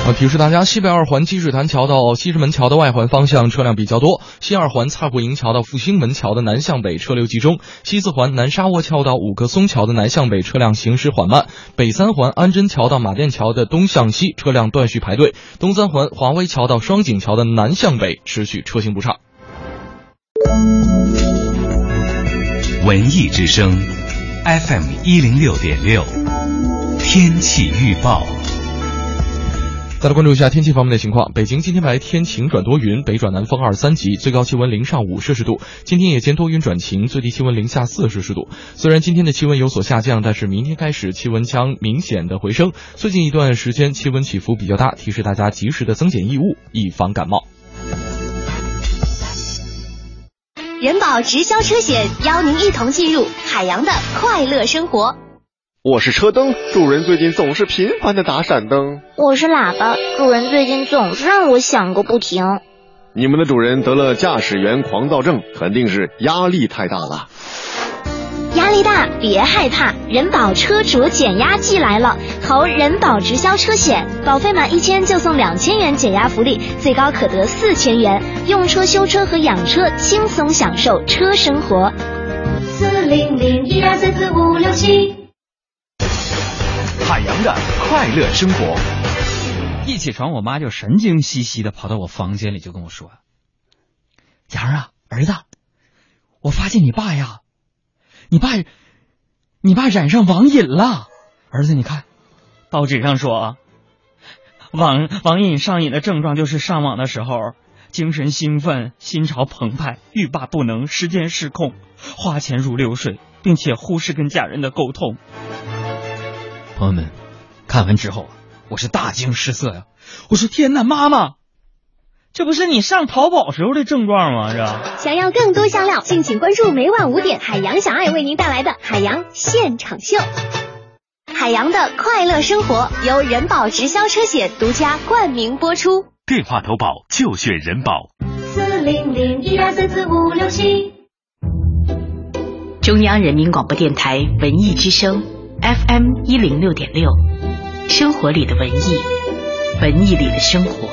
[SPEAKER 2] 我提示大家，西北二环积水潭桥到西直门桥的外环方向车辆比较多；西二环蔡胡营桥到复兴门桥的南向北车流集中；西四环南沙窝桥到五棵松桥的南向北车辆行驶缓慢；北三环安贞桥到马甸桥的东向西车辆断续排队；东三环华威桥到双井桥的南向北持续车行不畅。
[SPEAKER 10] 文艺之声，FM 一零六点六，天气预报。
[SPEAKER 2] 再来关注一下天气方面的情况。北京今天白天晴转多云，北转南风二三级，最高气温零上五摄氏度。今天夜间多云转晴，最低气温零下四摄氏度。虽然今天的气温有所下降，但是明天开始气温将明显的回升。最近一段时间气温起伏比较大，提示大家及时的增减衣物，以防感冒。
[SPEAKER 11] 人保直销车险邀您一同进入海洋的快乐生活。
[SPEAKER 12] 我是车灯，主人最近总是频繁的打闪灯。
[SPEAKER 13] 我是喇叭，主人最近总是让我响个不停。
[SPEAKER 12] 你们的主人得了驾驶员狂躁症，肯定是压力太大了。
[SPEAKER 11] 压力大别害怕，人保车主减压季来了，投人保直销车险，保费满一千就送两千元减压福利，最高可得四千元，用车、修车和养车轻松享受车生活。
[SPEAKER 14] 四零零一二三四五六七。
[SPEAKER 10] 海洋的快乐生活。
[SPEAKER 3] 一起床，我妈就神经兮兮的跑到我房间里，就跟我说：“洋儿啊，儿子，我发现你爸呀，你爸，你爸染上网瘾了。儿子，你看，报纸上说啊，网网瘾上瘾的症状就是上网的时候精神兴奋、心潮澎湃、欲罢不能、时间失控、花钱如流水，并且忽视跟家人的沟通。”朋友们，看完之后啊，我是大惊失色呀、啊！我说天哪，妈妈，这不是你上淘宝时候的症状吗？这
[SPEAKER 11] 想要更多香料，敬请关注每晚五点海洋小爱为您带来的海洋现场秀。海洋的快乐生活由人保直销车险独家冠名播出。
[SPEAKER 10] 电话投保就选人保。
[SPEAKER 14] 四零零一二三四五六七。
[SPEAKER 5] 中央人民广播电台文艺之声。FM 一零六点六，生活里的文艺，文艺里的生活。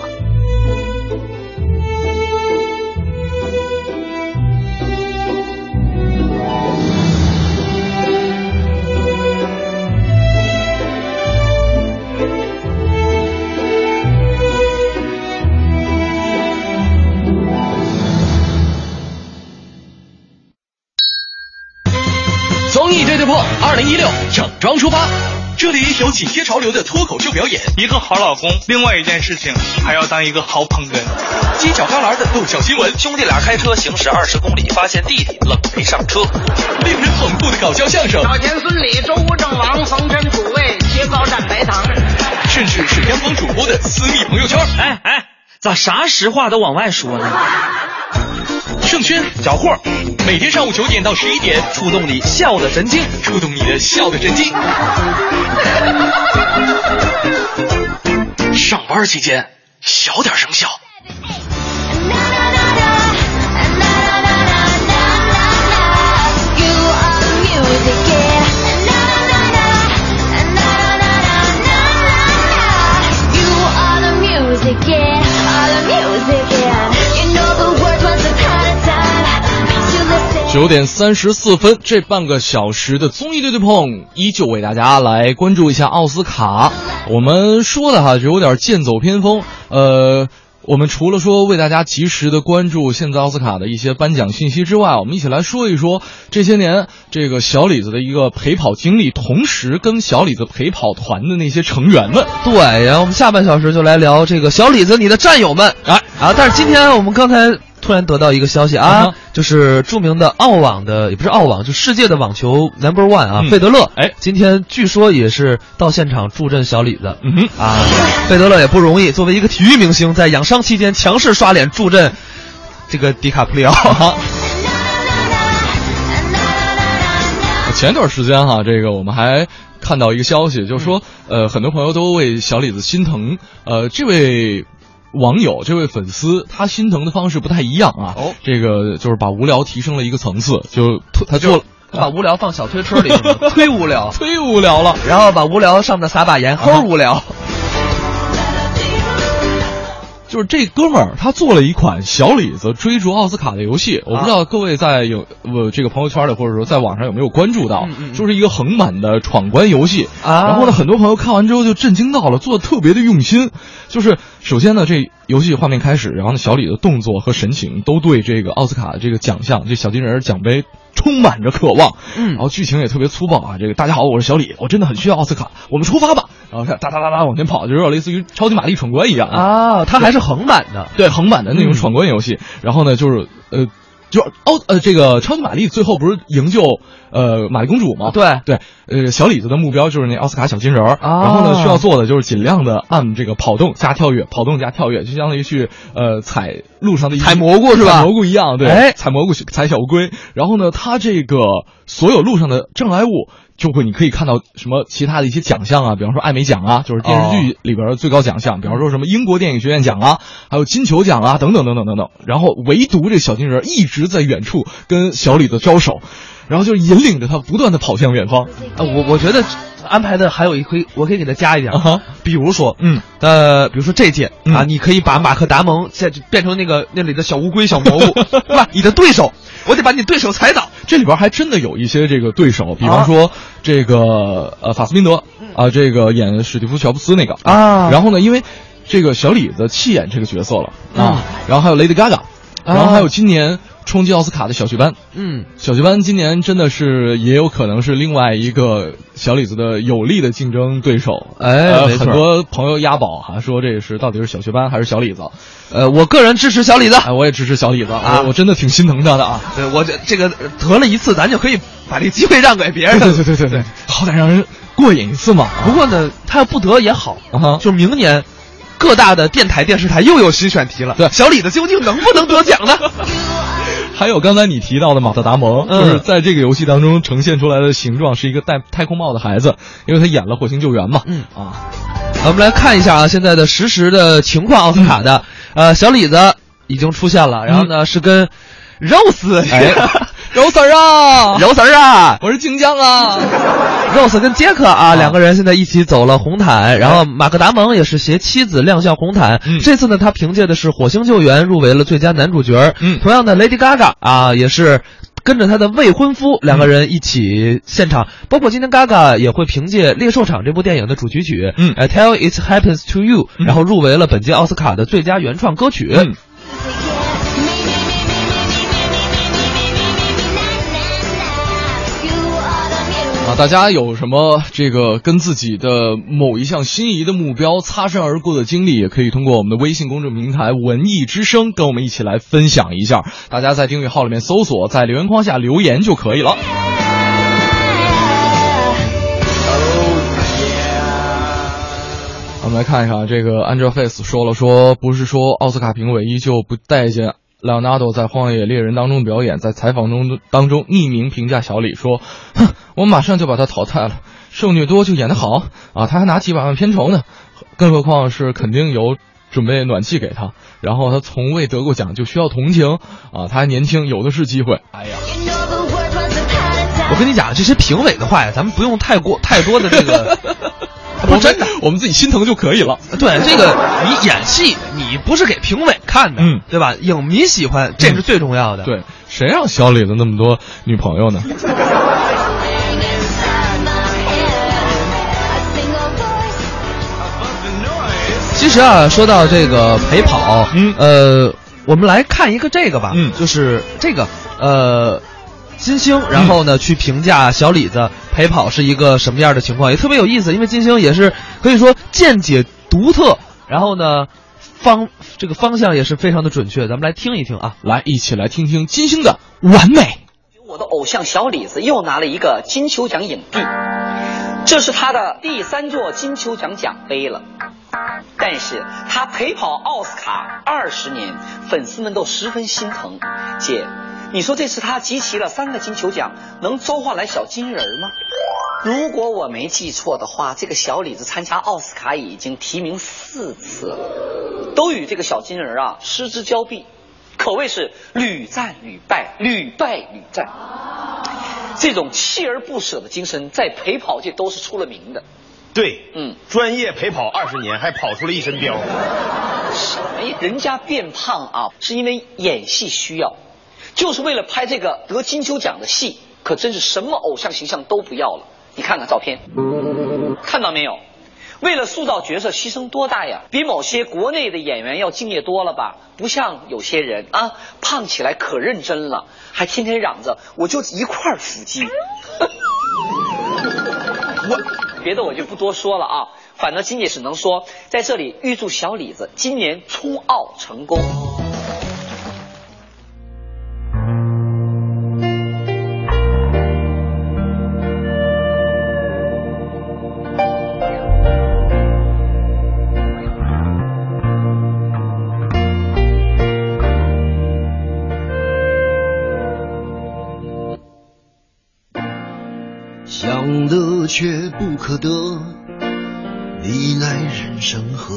[SPEAKER 15] 综艺对对碰，二零一六整装出发。这里有紧贴潮流的脱口秀表演，
[SPEAKER 16] 一个好老公，另外一件事情还要当一个好捧哏。
[SPEAKER 15] 犄角旮旯的逗笑新闻，
[SPEAKER 17] 兄弟俩开车行驶二十公里，发现弟弟愣没上车。
[SPEAKER 15] 令人捧腹的搞笑相声，
[SPEAKER 6] 早前孙李，周吴郑王，冯陈楚卫，切糕蘸白糖。
[SPEAKER 15] 甚至是央广主播的私密朋友圈。
[SPEAKER 17] 哎哎。
[SPEAKER 4] 咋啥实话都往外说呢？
[SPEAKER 18] 盛轩小霍，每天上午九点到十一点，触动你笑的神经，触动你的笑的神经。上班期间小点声笑。
[SPEAKER 2] 九点三十四分，这半个小时的综艺对对碰，依旧为大家来关注一下奥斯卡。我们说的哈，就有点剑走偏锋。呃，我们除了说为大家及时的关注现在奥斯卡的一些颁奖信息之外，我们一起来说一说这些年这个小李子的一个陪跑经历，同时跟小李子陪跑团的那些成员们。
[SPEAKER 1] 对，然后我们下半小时就来聊这个小李子你的战友们
[SPEAKER 18] 哎
[SPEAKER 2] 啊
[SPEAKER 1] 啊！但是今天我们刚才突然得到一个消息啊，
[SPEAKER 2] 嗯哼
[SPEAKER 1] 就是著名的澳网的也不是澳网，就世界的网球 number one 啊，
[SPEAKER 2] 嗯
[SPEAKER 1] 费德勒，
[SPEAKER 2] 哎，
[SPEAKER 1] 今天据说也是到现场助阵小李子，
[SPEAKER 2] 嗯哼
[SPEAKER 1] 啊，费德勒也不容易，作为一个体育明星，在养伤期间强势刷脸助阵这个迪卡普里奥。
[SPEAKER 18] 啊
[SPEAKER 2] (laughs) 前段时间哈，这个我们还看到一个消息，就是说，呃，很多朋友都为小李子心疼。呃，这位网友，这位粉丝，他心疼的方式不太一样啊。
[SPEAKER 1] 哦，
[SPEAKER 2] 这个就是把无聊提升了一个层次，就他做了。
[SPEAKER 1] (laughs) 把无聊放小推车里是吗， (laughs) 忒无聊，啊
[SPEAKER 2] 忒无聊了。
[SPEAKER 1] 然后把无聊上面撒把盐，齁无聊。
[SPEAKER 2] 就是这哥们儿，他做了一款小李子追逐奥斯卡的游戏，我不
[SPEAKER 1] 啊
[SPEAKER 2] 知道各位在有呃这个朋友圈里，或者说在网上有没有关注到，就是一个横版的闯关游戏
[SPEAKER 1] 嗯啊
[SPEAKER 2] 然后呢，很多朋友看完之后就震惊到了，做的特别的用心。就是首先呢，这游戏画面开始，然后呢，小李的动作和神情都对这个奥斯卡的这个奖项，这小金人儿奖杯。充满着渴望，
[SPEAKER 1] 嗯，
[SPEAKER 2] 然后剧情也特别粗暴啊。这个大家好，我是小李，我真的很需要奥斯卡，我们出发吧。然后看哒哒哒哒往前跑，就有点类似于超级玛丽闯关一样
[SPEAKER 1] 啊，它还是横版的，嗯
[SPEAKER 2] 对横版的那种闯关游戏。然后呢，就是呃，就哦呃，这个超级玛丽最后不是营救呃玛丽公主吗？
[SPEAKER 1] 对啊
[SPEAKER 2] 对，呃，小李子的目标就是那奥斯卡小金人儿，然后呢需要做的就是尽量的按这个跑动加跳跃，跑动加跳跃，就相当于去呃踩路上的一
[SPEAKER 1] 采蘑菇是吧
[SPEAKER 2] 采蘑菇一样，对，
[SPEAKER 1] 哎
[SPEAKER 2] 采蘑菇采小乌龟。然后呢，它这个所有路上的障碍物。就会，你可以看到什么其他的一些奖项啊，比方说艾美奖啊，就是
[SPEAKER 1] 哦
[SPEAKER 2] 电视剧里边的最高奖项，比方说什么英国电影学院奖啊，还有金球奖啊，等等等等等等。然后唯独这小金人一直在远处跟小李子招手，然后就引领着他不断的跑向远方。
[SPEAKER 1] 啊，我我觉得安排的还有一可以，我可以给他加一点，比如说，
[SPEAKER 2] 嗯，
[SPEAKER 1] 呃，比如说这届啊，你可以把马克达蒙现在就变成那个那里的小乌龟、小蘑菇， (laughs) 对吧？你的对手，我得把你对手踩倒。
[SPEAKER 2] 这里边还真的有一些这个对手，比方说这个呃法斯宾德啊，这个演史蒂夫乔布斯那个
[SPEAKER 1] 嗯啊
[SPEAKER 2] 然后呢，因为这个小李子弃演这个角色了
[SPEAKER 1] 嗯
[SPEAKER 2] 啊，然后还有 Lady Gaga，然
[SPEAKER 1] 啊
[SPEAKER 2] 后还有今年冲击奥斯卡的小雀斑，
[SPEAKER 1] 嗯，
[SPEAKER 2] 小雀斑今年真的是也有可能是另外一个小李子的有力的竞争对手。
[SPEAKER 1] 哎
[SPEAKER 2] 呃
[SPEAKER 1] 没错
[SPEAKER 2] 很多朋友押宝哈、说这是到底是小雀斑还是小李子？
[SPEAKER 1] 呃，我个人支持小李子，
[SPEAKER 2] 哎，我也支持小李子啊，我我真的挺心疼他的啊。
[SPEAKER 1] 对我这这个得了一次，咱就可以把这机会让给别人。
[SPEAKER 2] 对对对对对，好歹让人过瘾一次嘛。
[SPEAKER 1] 不过呢，他要不得也好，啊就是明年各大的电台、电视台又有新选题了。对，小李子究竟能不能得奖呢？
[SPEAKER 2] 还有刚才你提到的马特达蒙，
[SPEAKER 1] 嗯
[SPEAKER 2] 就是在这个游戏当中呈现出来的形状是一个戴太空帽的孩子，因为他演了火星救援嘛。嗯啊，
[SPEAKER 1] 我们来看一下啊，现在的实时的情况，奥斯卡的，呃，小李子已经出现了，然后呢、是跟嗯 Rose， (laughs)
[SPEAKER 2] 哎，Rose 儿啊
[SPEAKER 1] ，Rose 儿啊，
[SPEAKER 2] 我是晋江啊。
[SPEAKER 1] Rose 跟杰克啊，两个人现在一起走了红毯，然后马克达蒙也是携妻子亮相红毯。这次呢，他凭借的是《火星救援》入围了最佳男主角。
[SPEAKER 2] 嗯，
[SPEAKER 1] 同样的，Lady Gaga 啊，也是。跟着她的未婚夫，两个人一起现场，包括今天 Gaga 也会凭借《猎兽场》这部电影的主题曲，
[SPEAKER 2] 嗯
[SPEAKER 1] 呃，Tell It Happens to You，、然后入围了本届奥斯卡的最佳原创歌曲。嗯
[SPEAKER 2] 啊，大家有什么这个跟自己的某一项心仪的目标擦身而过的经历，也可以通过我们的微信公众平台“文艺之声”跟我们一起来分享一下。大家在订阅号里面搜索，在留言框下留言就可以了。我们来看一看，这个 Angelaface 说了说，不是说奥斯卡评委依旧不待见 Leonardo 在《荒野猎人》当中的表演，在采访中当中匿名评价小李说：“哼，我马上就把他淘汰了，受虐多就演得好啊，他还拿几百万片酬 (laughs) 呢，更何况是肯定有准备暖气给他，然后他从未得过奖，就需要同情啊，他还年轻，有的是机会。”哎呀。
[SPEAKER 1] 我跟你讲，这些评委的话呀，咱们不用太过太多的这个， (laughs) 不是真的，
[SPEAKER 2] 我们自己心疼就可以了。
[SPEAKER 1] (laughs) 对，这个你演戏，你不是给评委看的，
[SPEAKER 2] 嗯，
[SPEAKER 1] 对吧？影迷喜欢，这是最重要的。
[SPEAKER 2] 对，谁让小李子那么多女朋友呢？
[SPEAKER 1] 其实啊，说到这个陪跑，
[SPEAKER 2] 嗯，
[SPEAKER 1] 呃，我们来看一个这个吧，
[SPEAKER 2] 嗯，
[SPEAKER 1] 就是这个，呃。金星，然后呢，去评价小李子陪跑是一个什么样的情况，也特别有意思。因为金星也是可以说见解独特，然后呢，方这个方向也是非常的准确。咱们来听一听啊，
[SPEAKER 2] 来一起来听听金星的完美。
[SPEAKER 3] 我的偶像小李子又拿了一个金球奖影帝，这是他的第三座金球奖奖杯了。但是他陪跑奥斯卡二十年，粉丝们都十分心疼。姐，你说这次他集齐了三个金球奖，能召唤来小金人吗？如果我没记错的话，这个小李子参加奥斯卡已经提名四次了，都与这个小金人啊失之交臂，可谓是屡战屡败，屡败屡战。这种锲而不舍的精神，在陪跑界都是出了名的。
[SPEAKER 19] 对，
[SPEAKER 3] 嗯，
[SPEAKER 19] 专业陪跑二十年，还跑出了一身膘。
[SPEAKER 3] 什么呀？人家变胖啊，是因为演戏需要，就是为了拍这个得金球奖的戏，可真是什么偶像形象都不要了。你看看照片，看到没有？为了塑造角色牺牲多大呀？比某些国内的演员要敬业多了吧？不像有些人啊，胖起来可认真了，还天天嚷着我就一块腹肌。 (laughs) 我。 (laughs) 别的我就不多说了啊，反正金姐只能说，在这里预祝小李子今年冲奥成功。
[SPEAKER 12] 想得却不可得，你奈人生何？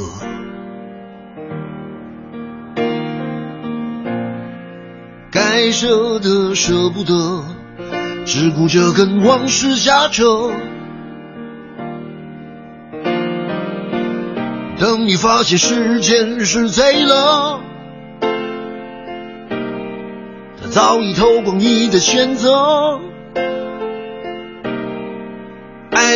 [SPEAKER 12] 该舍的舍不得，只顾着跟往事瞎扯。等你发现时间是贼了，它早已偷光你的选择。爱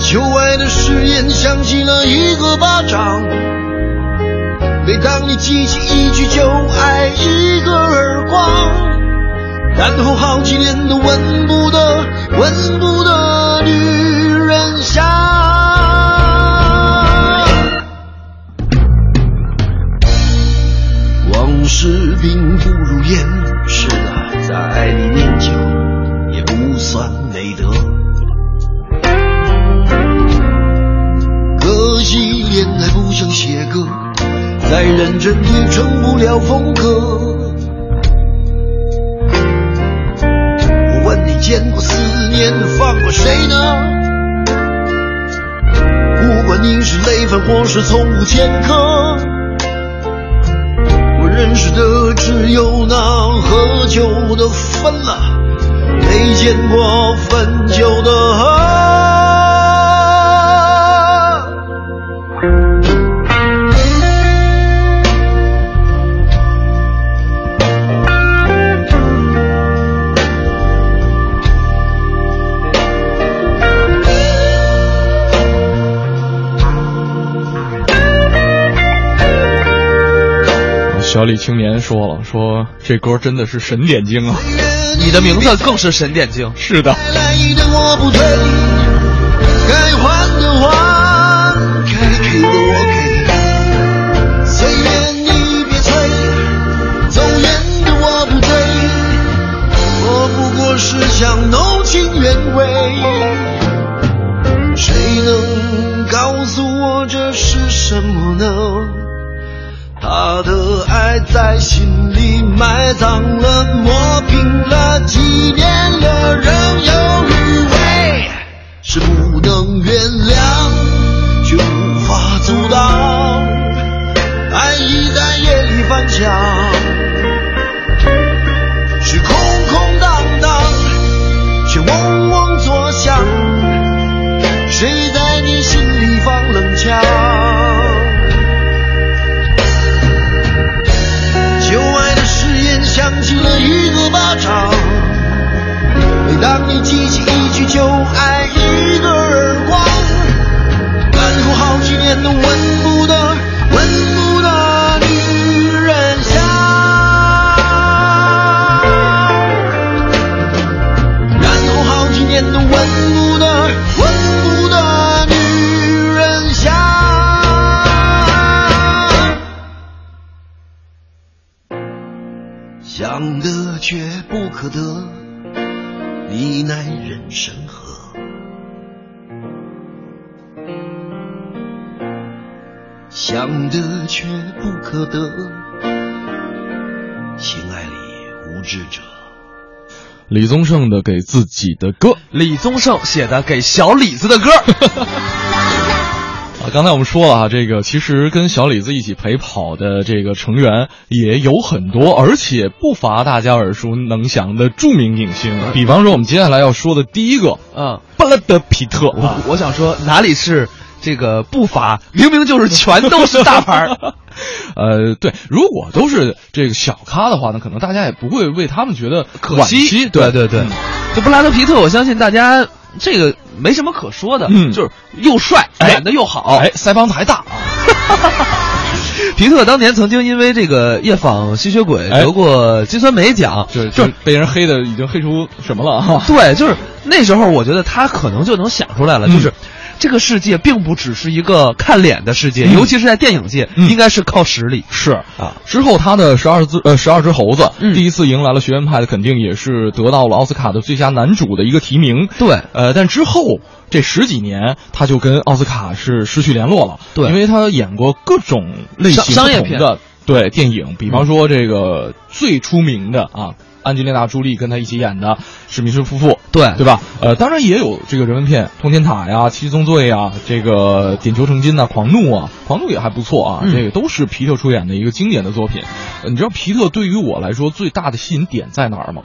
[SPEAKER 12] 旧爱的誓言响起了一个巴掌。每当你记起一句旧爱，一个耳光，然后好几年都闻不得、闻不得女人香。往事并不如烟，是啊，在爱里念旧也不算美德。可惜恋爱不像写歌，再认真也成不了风格。我问你见过思念放过谁呢？不管你是累犯或是从无前科，我认识的只有那喝酒的分了，没见过分酒的。
[SPEAKER 2] 小李青年说了，说这歌真的是神点睛啊！
[SPEAKER 1] 你的名字更是神点睛。
[SPEAKER 2] 是的。
[SPEAKER 12] 来的我不退，该还的还，该给的我给，随便你别催，走远的我不追，我不过是想弄清原委。谁能告诉我这是什么呢？他的爱在心里埋葬了，磨平了，几年了，仍有余味，是不能原谅，却无法阻挡，爱已在夜里翻墙，是空空荡荡，却嗡嗡作响，谁在你心里放冷枪？旧爱的誓言响起了一个巴掌。每当你记起一句旧爱，一个耳光，干枯好几年都闻不得、闻不得女人香。然后好几年都闻不得、闻不得女人香。想得却不可得，你奈人生何？想得却不可得，情爱里无知者。
[SPEAKER 2] 李宗盛的给自己的歌，
[SPEAKER 1] 李宗盛写的给小李子的歌。
[SPEAKER 2] (laughs) 啊，刚才我们说了啊，这个其实跟小李子一起陪跑的这个成员也有很多，而且不乏大家耳熟能详的著名影星。比方说我们接下来要说的第一个，
[SPEAKER 1] 嗯，
[SPEAKER 2] 布拉德皮特。
[SPEAKER 1] 我我想说哪里是这个不乏，明明就是全都是大牌儿。
[SPEAKER 2] 呃，对，如果都是这个小咖的话呢，可能大家也不会为他们觉得
[SPEAKER 1] 可惜。
[SPEAKER 2] 对嗯
[SPEAKER 1] 对对，这布拉德皮特，我相信大家。这个没什么可说的，嗯，就是又帅，演的又好，
[SPEAKER 2] 哎，腮帮子还大啊。
[SPEAKER 1] (laughs) 皮特当年曾经因为这个夜访吸血鬼得过金酸梅奖，
[SPEAKER 2] 哎就是就是被人黑的已经黑出什么了啊？
[SPEAKER 1] 对，就是那时候我觉得他可能就能想出来了，
[SPEAKER 2] 嗯
[SPEAKER 1] 就是这个世界并不只是一个看脸的世界，
[SPEAKER 2] 嗯
[SPEAKER 1] 尤其是在电影界，应该是靠实力。
[SPEAKER 2] 是啊，之后他的十二只呃十二只猴子
[SPEAKER 1] 嗯
[SPEAKER 2] 第一次迎来了学院派的肯定，也是得到了奥斯卡的最佳男主的一个提名。
[SPEAKER 1] 对，
[SPEAKER 2] 呃，但之后。这十几年，他就跟奥斯卡是失去联络了，
[SPEAKER 1] 对，
[SPEAKER 2] 因为他演过各种类型
[SPEAKER 1] 商业
[SPEAKER 2] 片的对电影，比
[SPEAKER 1] 嗯
[SPEAKER 2] 方说这个最出名的啊，安吉丽娜·朱莉跟他一起演的史密斯夫妇，
[SPEAKER 1] 对
[SPEAKER 2] 对吧？呃，当然也有这个人文片，《通天塔》呀，《七宗罪》呀，这个《点球成金》呐，《狂怒》啊，《狂怒》也还不错啊，
[SPEAKER 1] 嗯、
[SPEAKER 2] 这个都是皮特出演的一个经典的作品。呃、你知道皮特对于我来说最大的吸引点在哪儿吗？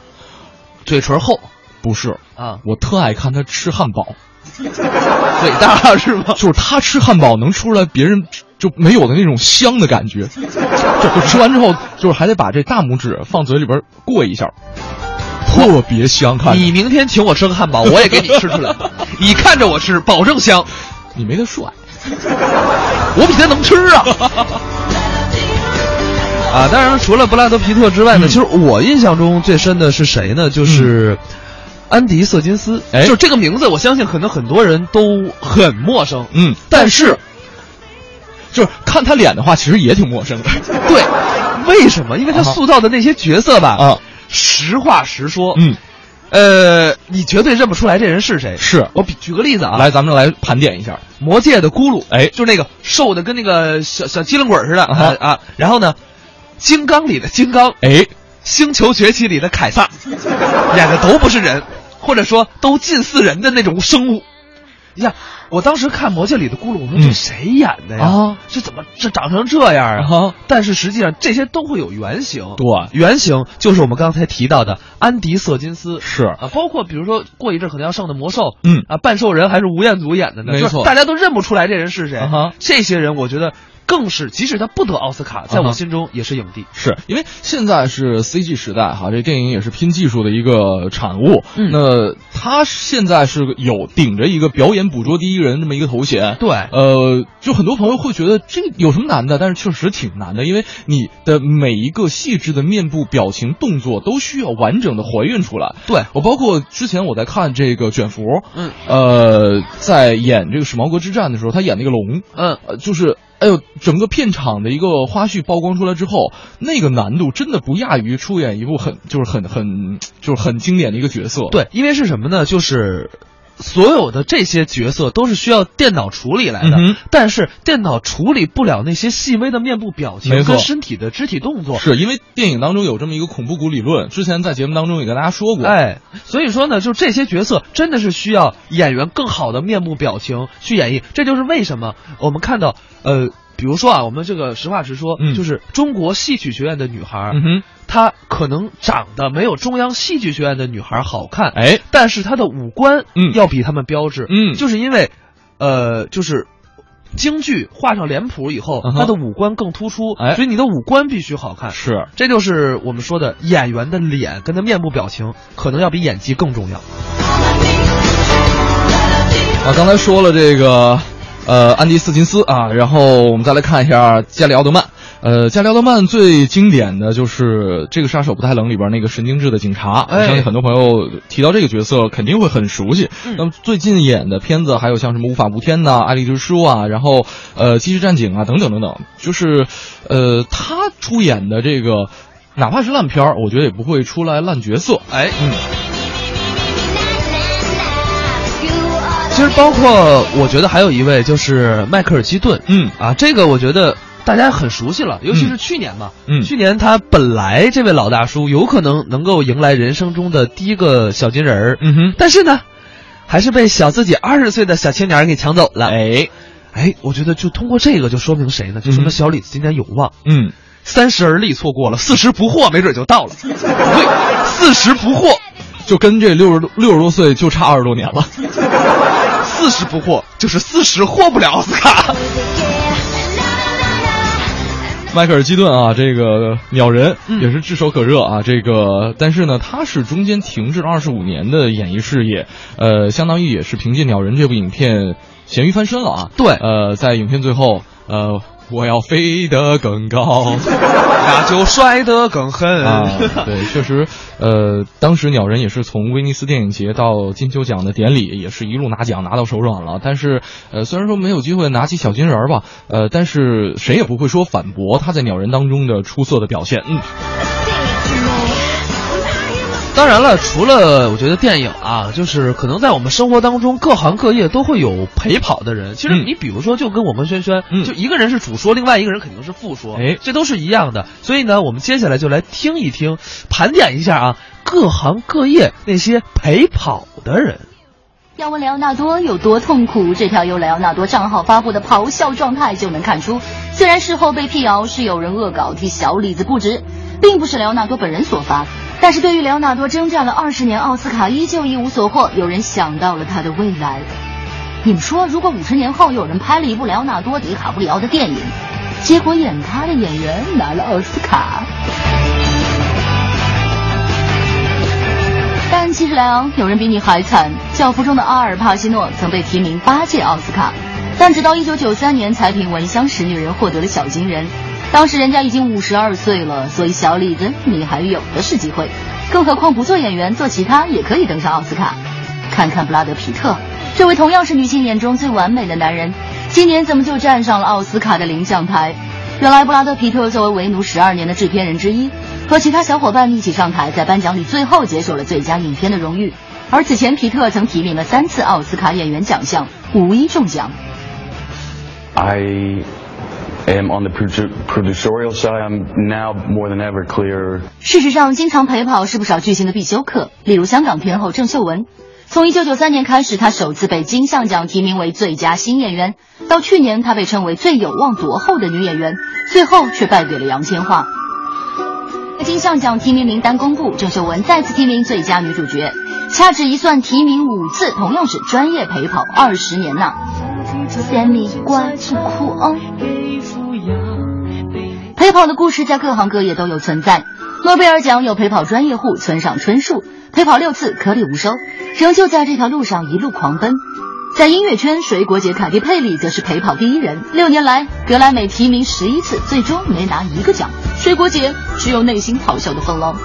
[SPEAKER 1] 嘴唇厚，
[SPEAKER 2] 不是
[SPEAKER 1] 啊，
[SPEAKER 2] 我特爱看他吃汉堡。
[SPEAKER 1] 嘴大是吗？
[SPEAKER 2] 就是他吃汉堡能出来别人就没有的那种香的感觉，就吃完之后就是还得把这大拇指放嘴里边过一下，特别香。看
[SPEAKER 1] 你明天请我吃个汉堡，我也给 (laughs) 你吃出来，
[SPEAKER 2] (laughs)
[SPEAKER 1] 你看着我吃，保证香。
[SPEAKER 2] 你没他帅，
[SPEAKER 1] 我比他能吃啊。 (laughs) 啊，当然除了布拉德皮特之外
[SPEAKER 2] 嗯、
[SPEAKER 1] 呢，其实我印象中最深的是谁呢？就是。
[SPEAKER 2] 嗯
[SPEAKER 1] 安迪·瑟金斯，
[SPEAKER 2] 哎，
[SPEAKER 1] 就这个名字，我相信可能很多人都很陌生。
[SPEAKER 2] 嗯，
[SPEAKER 1] 但是，
[SPEAKER 2] 就是看他脸的话，其实也挺陌生的。
[SPEAKER 1] 对，为什么？因为他塑造的那些角色吧，
[SPEAKER 2] 啊，
[SPEAKER 1] 实话实说，
[SPEAKER 2] 嗯，
[SPEAKER 1] 呃，你绝对认不出来这人是谁。
[SPEAKER 2] 是
[SPEAKER 1] 我举个例子啊，
[SPEAKER 2] 来，咱们来盘点一下《
[SPEAKER 1] 魔界》的咕噜，
[SPEAKER 2] 哎，
[SPEAKER 1] 就那个瘦的跟那个小小机灵鬼似的啊啊，然后呢，《金刚》里的金刚，
[SPEAKER 2] 哎，《
[SPEAKER 1] 星球崛起》里的凯撒， (laughs) 演的都不是人。或者说都近似人的那种生物，你想，我当时看《魔戒》里的咕噜，我说这谁演的呀？
[SPEAKER 2] 嗯啊，
[SPEAKER 1] 这怎么这长成这样
[SPEAKER 2] 啊？
[SPEAKER 1] 但是实际上这些都会有原型，
[SPEAKER 2] 对，
[SPEAKER 1] 原型就是我们刚才提到的安迪·瑟金斯，
[SPEAKER 2] 是
[SPEAKER 1] 啊，包括比如说过一阵可能要上的魔兽，
[SPEAKER 2] 嗯
[SPEAKER 1] 啊，半兽人还是吴彦祖演的呢，
[SPEAKER 2] 没错，啊
[SPEAKER 1] 大家都认不出来这人是谁。
[SPEAKER 2] 哈，
[SPEAKER 1] 这些人我觉得更是即使他不得奥斯卡，在我心中也是影帝。
[SPEAKER 2] 是因为现在是 CG 时代哈，这电影也是拼技术的一个产物。
[SPEAKER 1] 嗯
[SPEAKER 2] 那他现在是有顶着一个表演捕捉第一人这么一个头衔。
[SPEAKER 1] 对
[SPEAKER 2] 呃，就很多朋友会觉得这有什么难的，但是确实挺难的，因为你的每一个细致的面部表情、动作都需要完整的还原出来。
[SPEAKER 1] 对
[SPEAKER 2] 我包括之前我在看这个卷福，
[SPEAKER 1] 嗯，
[SPEAKER 2] 呃，在演这个史矛革之战的时候，他演那个龙，
[SPEAKER 1] 嗯，
[SPEAKER 2] 呃，就是。哎呦，整个片场的一个花絮曝光出来之后，那个难度真的不亚于出演一部很就是很很就是很经典的一个角色。
[SPEAKER 1] 对，因为是什么呢？就是所有的这些角色都是需要电脑处理来的，
[SPEAKER 2] 嗯哼
[SPEAKER 1] 但是电脑处理不了那些细微的面部表情
[SPEAKER 2] 没错
[SPEAKER 1] 跟身体的肢体动作。
[SPEAKER 2] 是因为电影当中有这么一个恐怖谷理论，之前在节目当中也跟大家说过。
[SPEAKER 1] 哎，所以说呢，就这些角色真的是需要演员更好的面部表情去演绎，这就是为什么我们看到，呃，比如说啊，我们这个实话实说，
[SPEAKER 2] 嗯
[SPEAKER 1] 就是中国戏曲学院的女孩儿，
[SPEAKER 2] 嗯哼
[SPEAKER 1] 她可能长得没有中央戏剧学院的女孩儿好看，
[SPEAKER 2] 哎，
[SPEAKER 1] 但是她的五官，
[SPEAKER 2] 嗯
[SPEAKER 1] 要比她们标致，
[SPEAKER 2] 嗯
[SPEAKER 1] 就是因为，呃，就是。京剧画上脸谱以后，
[SPEAKER 2] 嗯哼
[SPEAKER 1] 她的五官更突出，
[SPEAKER 2] 哎
[SPEAKER 1] 所以你的五官必须好看。
[SPEAKER 2] 是，
[SPEAKER 1] 这就是我们说的演员的脸跟他面部表情，可能要比演技更重要。
[SPEAKER 2] 啊，刚才说了这个，呃，安迪·斯琴斯啊，然后我们再来看一下加里·奥德曼。呃，加里·奥德曼最经典的就是《这个杀手不太冷》里边那个神经质的警察，
[SPEAKER 1] 哎嗯
[SPEAKER 2] 我相信很多朋友提到这个角色肯定会很熟悉。那么最近演的片子还有像什么《无法无天》呐，《爱丽之书》啊，然后呃《机智战警》啊等等等等，就是呃他出演的这个，哪怕是烂片儿，我觉得也不会出来烂角色。
[SPEAKER 1] 哎，
[SPEAKER 2] 嗯，
[SPEAKER 1] 其实包括我觉得还有一位就是迈克尔基顿，
[SPEAKER 2] 嗯
[SPEAKER 1] 啊，这个我觉得大家很熟悉了，尤其是去年嘛，
[SPEAKER 2] 嗯
[SPEAKER 1] 去年他本来这位老大叔有可能能够迎来人生中的第一个小金人儿，
[SPEAKER 2] 嗯哼，
[SPEAKER 1] 但是呢，还是被小自己二十岁的小青年儿给抢走了。
[SPEAKER 2] 哎，
[SPEAKER 1] 哎，我觉得就通过这个就说明谁呢？就说明小李子今年有望，
[SPEAKER 2] 嗯。
[SPEAKER 1] 三十而立错过了，四十不惑没准就到了。对，四十不惑，
[SPEAKER 2] 就跟这六十多六十多岁就差二十多年了。
[SPEAKER 1] 四十不惑就是四十获不了奥斯卡。
[SPEAKER 2] 迈克尔基顿啊，这个鸟人
[SPEAKER 1] 嗯
[SPEAKER 2] 也是炙手可热啊，这个但是呢，他是中间停滞了二十五年的演艺事业，呃，相当于也是凭借《鸟人》这部影片咸鱼翻身了啊。
[SPEAKER 1] 对
[SPEAKER 2] 呃，在影片最后，呃，我要飞得更
[SPEAKER 1] (laughs)
[SPEAKER 2] 高。
[SPEAKER 1] 那就摔得更狠。
[SPEAKER 2] 啊，对，确实，呃，当时鸟人也是从威尼斯电影节到金球奖的典礼，也是一路拿奖拿到手软了。但是，呃，虽然说没有机会拿起小金人儿吧，呃，但是谁也不会说反驳他在鸟人当中的出色的表现。嗯，
[SPEAKER 1] 当然了，除了我觉得电影啊，就是可能在我们生活当中，各行各业都会有陪跑的人。其实
[SPEAKER 2] 嗯
[SPEAKER 1] 你比如说，就跟我跟轩轩，就一个人是主说，另外一个人肯定是副说，
[SPEAKER 2] 哎
[SPEAKER 1] 这都是一样的。所以呢，我们接下来就来听一听，盘点一下啊，各行各业那些陪跑的人。
[SPEAKER 5] 要问莱昂纳多有多痛苦，这条由莱昂纳多账号发布的咆哮状态就能看出。虽然事后被辟谣是有人恶搞替小李子不值，并不是莱昂纳多本人所发，但是对于莱昂纳多征战了二十年奥斯卡依旧一无所获，有人想到了他的未来。你们说，如果五十年后有人拍了一部莱昂纳多·迪卡布里奥的电影，结果演他的演员拿了奥斯卡，但其实莱昂有人比你还惨，《教父》中的阿尔帕西诺曾被提名八届奥斯卡，但直到1993年才凭《闻香识女人》获得了小金人。当时人家已经五十二岁了，所以小李子你还有的是机会。更何况不做演员，做其他也可以登上奥斯卡。看看布拉德·皮特，这位同样是女性眼中最完美的男人，今年怎么就站上了奥斯卡的领奖台？原来布拉德·皮特作为《为奴十二年》的制片人之一，和其他小伙伴一起上台，在颁奖礼最后接受了最佳影片的荣誉。而此前，皮特曾提名了三次奥斯卡演员奖项，无一中奖。
[SPEAKER 6] I am on the produ- producerial side. I'm now more than ever clear.
[SPEAKER 5] 事实上，经常陪跑是不少巨星的必修课，例如香港天后郑秀文。从1993年开始，她首次被金像奖提名为最佳新演员，到去年她被称为最有望夺后的女演员，最后却败给了杨千嬅。金像奖提名名单公布，郑秀文再次提名最佳女主角，掐指一算，提名五次，同样是专业陪跑二十年呐、
[SPEAKER 7] 甜蜜瓜子哭哦。
[SPEAKER 5] 陪跑的故事在各行各业都有存在。诺贝尔奖有陪跑专业户村上春树，陪跑六次颗粒无收，仍旧在这条路上一路狂奔。在音乐圈，水果姐凯蒂佩里则是陪跑第一人。六年来，格莱美提名十一次，最终没拿一个奖。水果姐只有内心咆哮的风浪。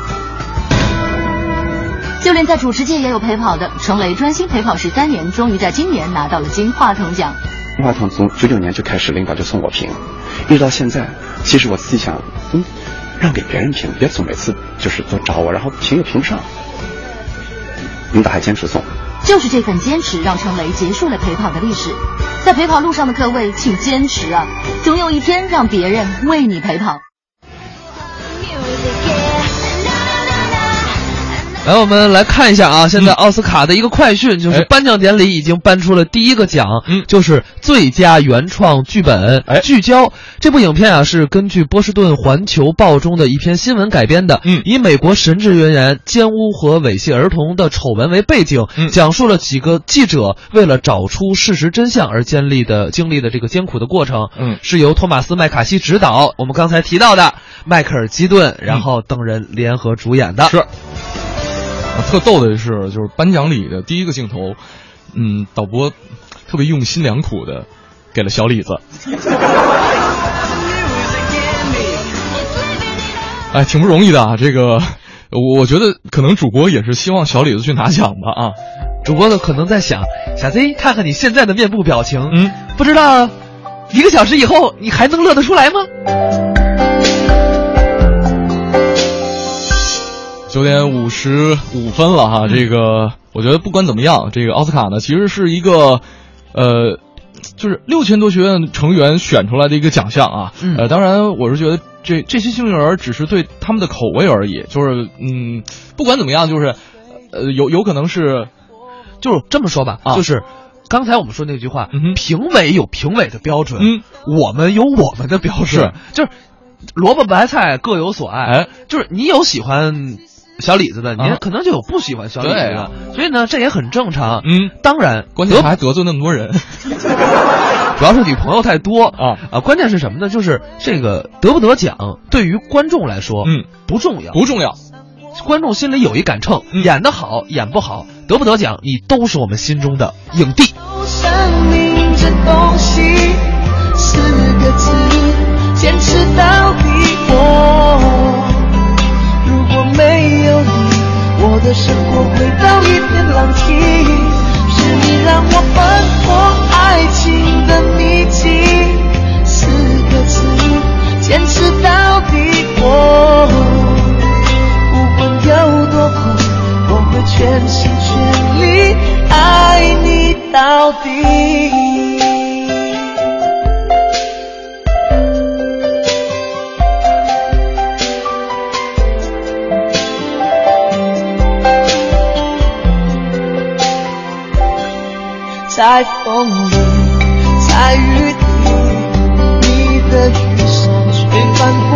[SPEAKER 5] 就连在主持界也有陪跑的，程雷专心陪跑十三年，终于在今年拿到了金话筒奖。
[SPEAKER 7] 金话筒从九九年就开始，领导就送我评，一直到现在。其实我自己想，嗯，让给别人评，别总每次就是都找我，然后评又评不上。领导还坚持送。
[SPEAKER 5] 就是这份坚持，让程雷结束了陪跑的历史。在陪跑路上的各位，请坚持啊！总有一天让别人为你陪跑。
[SPEAKER 1] 来，我们来看一下啊，现在奥斯卡的一个快讯，就是颁奖典礼已经颁出了第一个奖，哎嗯，就是最佳原创剧本。哎，聚焦这部影片啊，是根据波士顿环球报中的一篇新闻改编的，嗯，以美国神职人员奸污和猥亵儿童的丑闻为背景，嗯，讲述了几个记者为了找出事实真相而经历的经历的这个艰苦的过程。嗯，是由托马斯麦卡西执导，我们刚才提到的迈克尔基顿，然后等人联合主演的。
[SPEAKER 2] 是。特逗的是，就是颁奖礼的第一个镜头，嗯，导播特别用心良苦的给了小李子。哎，挺不容易的啊！这个，我觉得可能主播也是希望小李子去拿奖吧啊。
[SPEAKER 1] 主播呢可能在想，小 Z，看看你现在的面部表情，嗯，不知道一个小时以后你还能乐得出来吗？
[SPEAKER 2] 九点五十五分了哈，这个我觉得不管怎么样，这个奥斯卡呢其实是一个，呃，就是六千多学院成员选出来的一个奖项啊。呃，当然我是觉得这这些幸运儿只是对他们的口味而已，就是嗯，不管怎么样，就是呃有有可能是，
[SPEAKER 1] 就是这么说吧，啊、就是。刚才我们说那句话，嗯、评委有评委的标准，嗯，我们有我们的标准，是就是萝卜白菜各有所爱，哎、就是你有喜欢。小李子的，
[SPEAKER 2] 啊
[SPEAKER 1] 你可能就有不喜欢小李子的，啊、所以呢，这也很正常。嗯，当然，
[SPEAKER 2] 关键还得罪那么多人，
[SPEAKER 1] 主要是女朋友太多啊啊！关键是什么呢？就是这个得不得奖，对于观众来说，嗯，不重要，
[SPEAKER 2] 不重要。
[SPEAKER 1] 观众心里有一杆秤，嗯、演得好，演不好，得不得奖，你都是我们心中的影帝。生命这东西，四个字，坚持到底。我。没有你，我的生活回到一片狼藉。是你让我翻破爱情的秘境，四个字，坚持到底。我无论有多苦，我会全心全力爱你到底。在风里，在雨里，你的雨伞吹翻。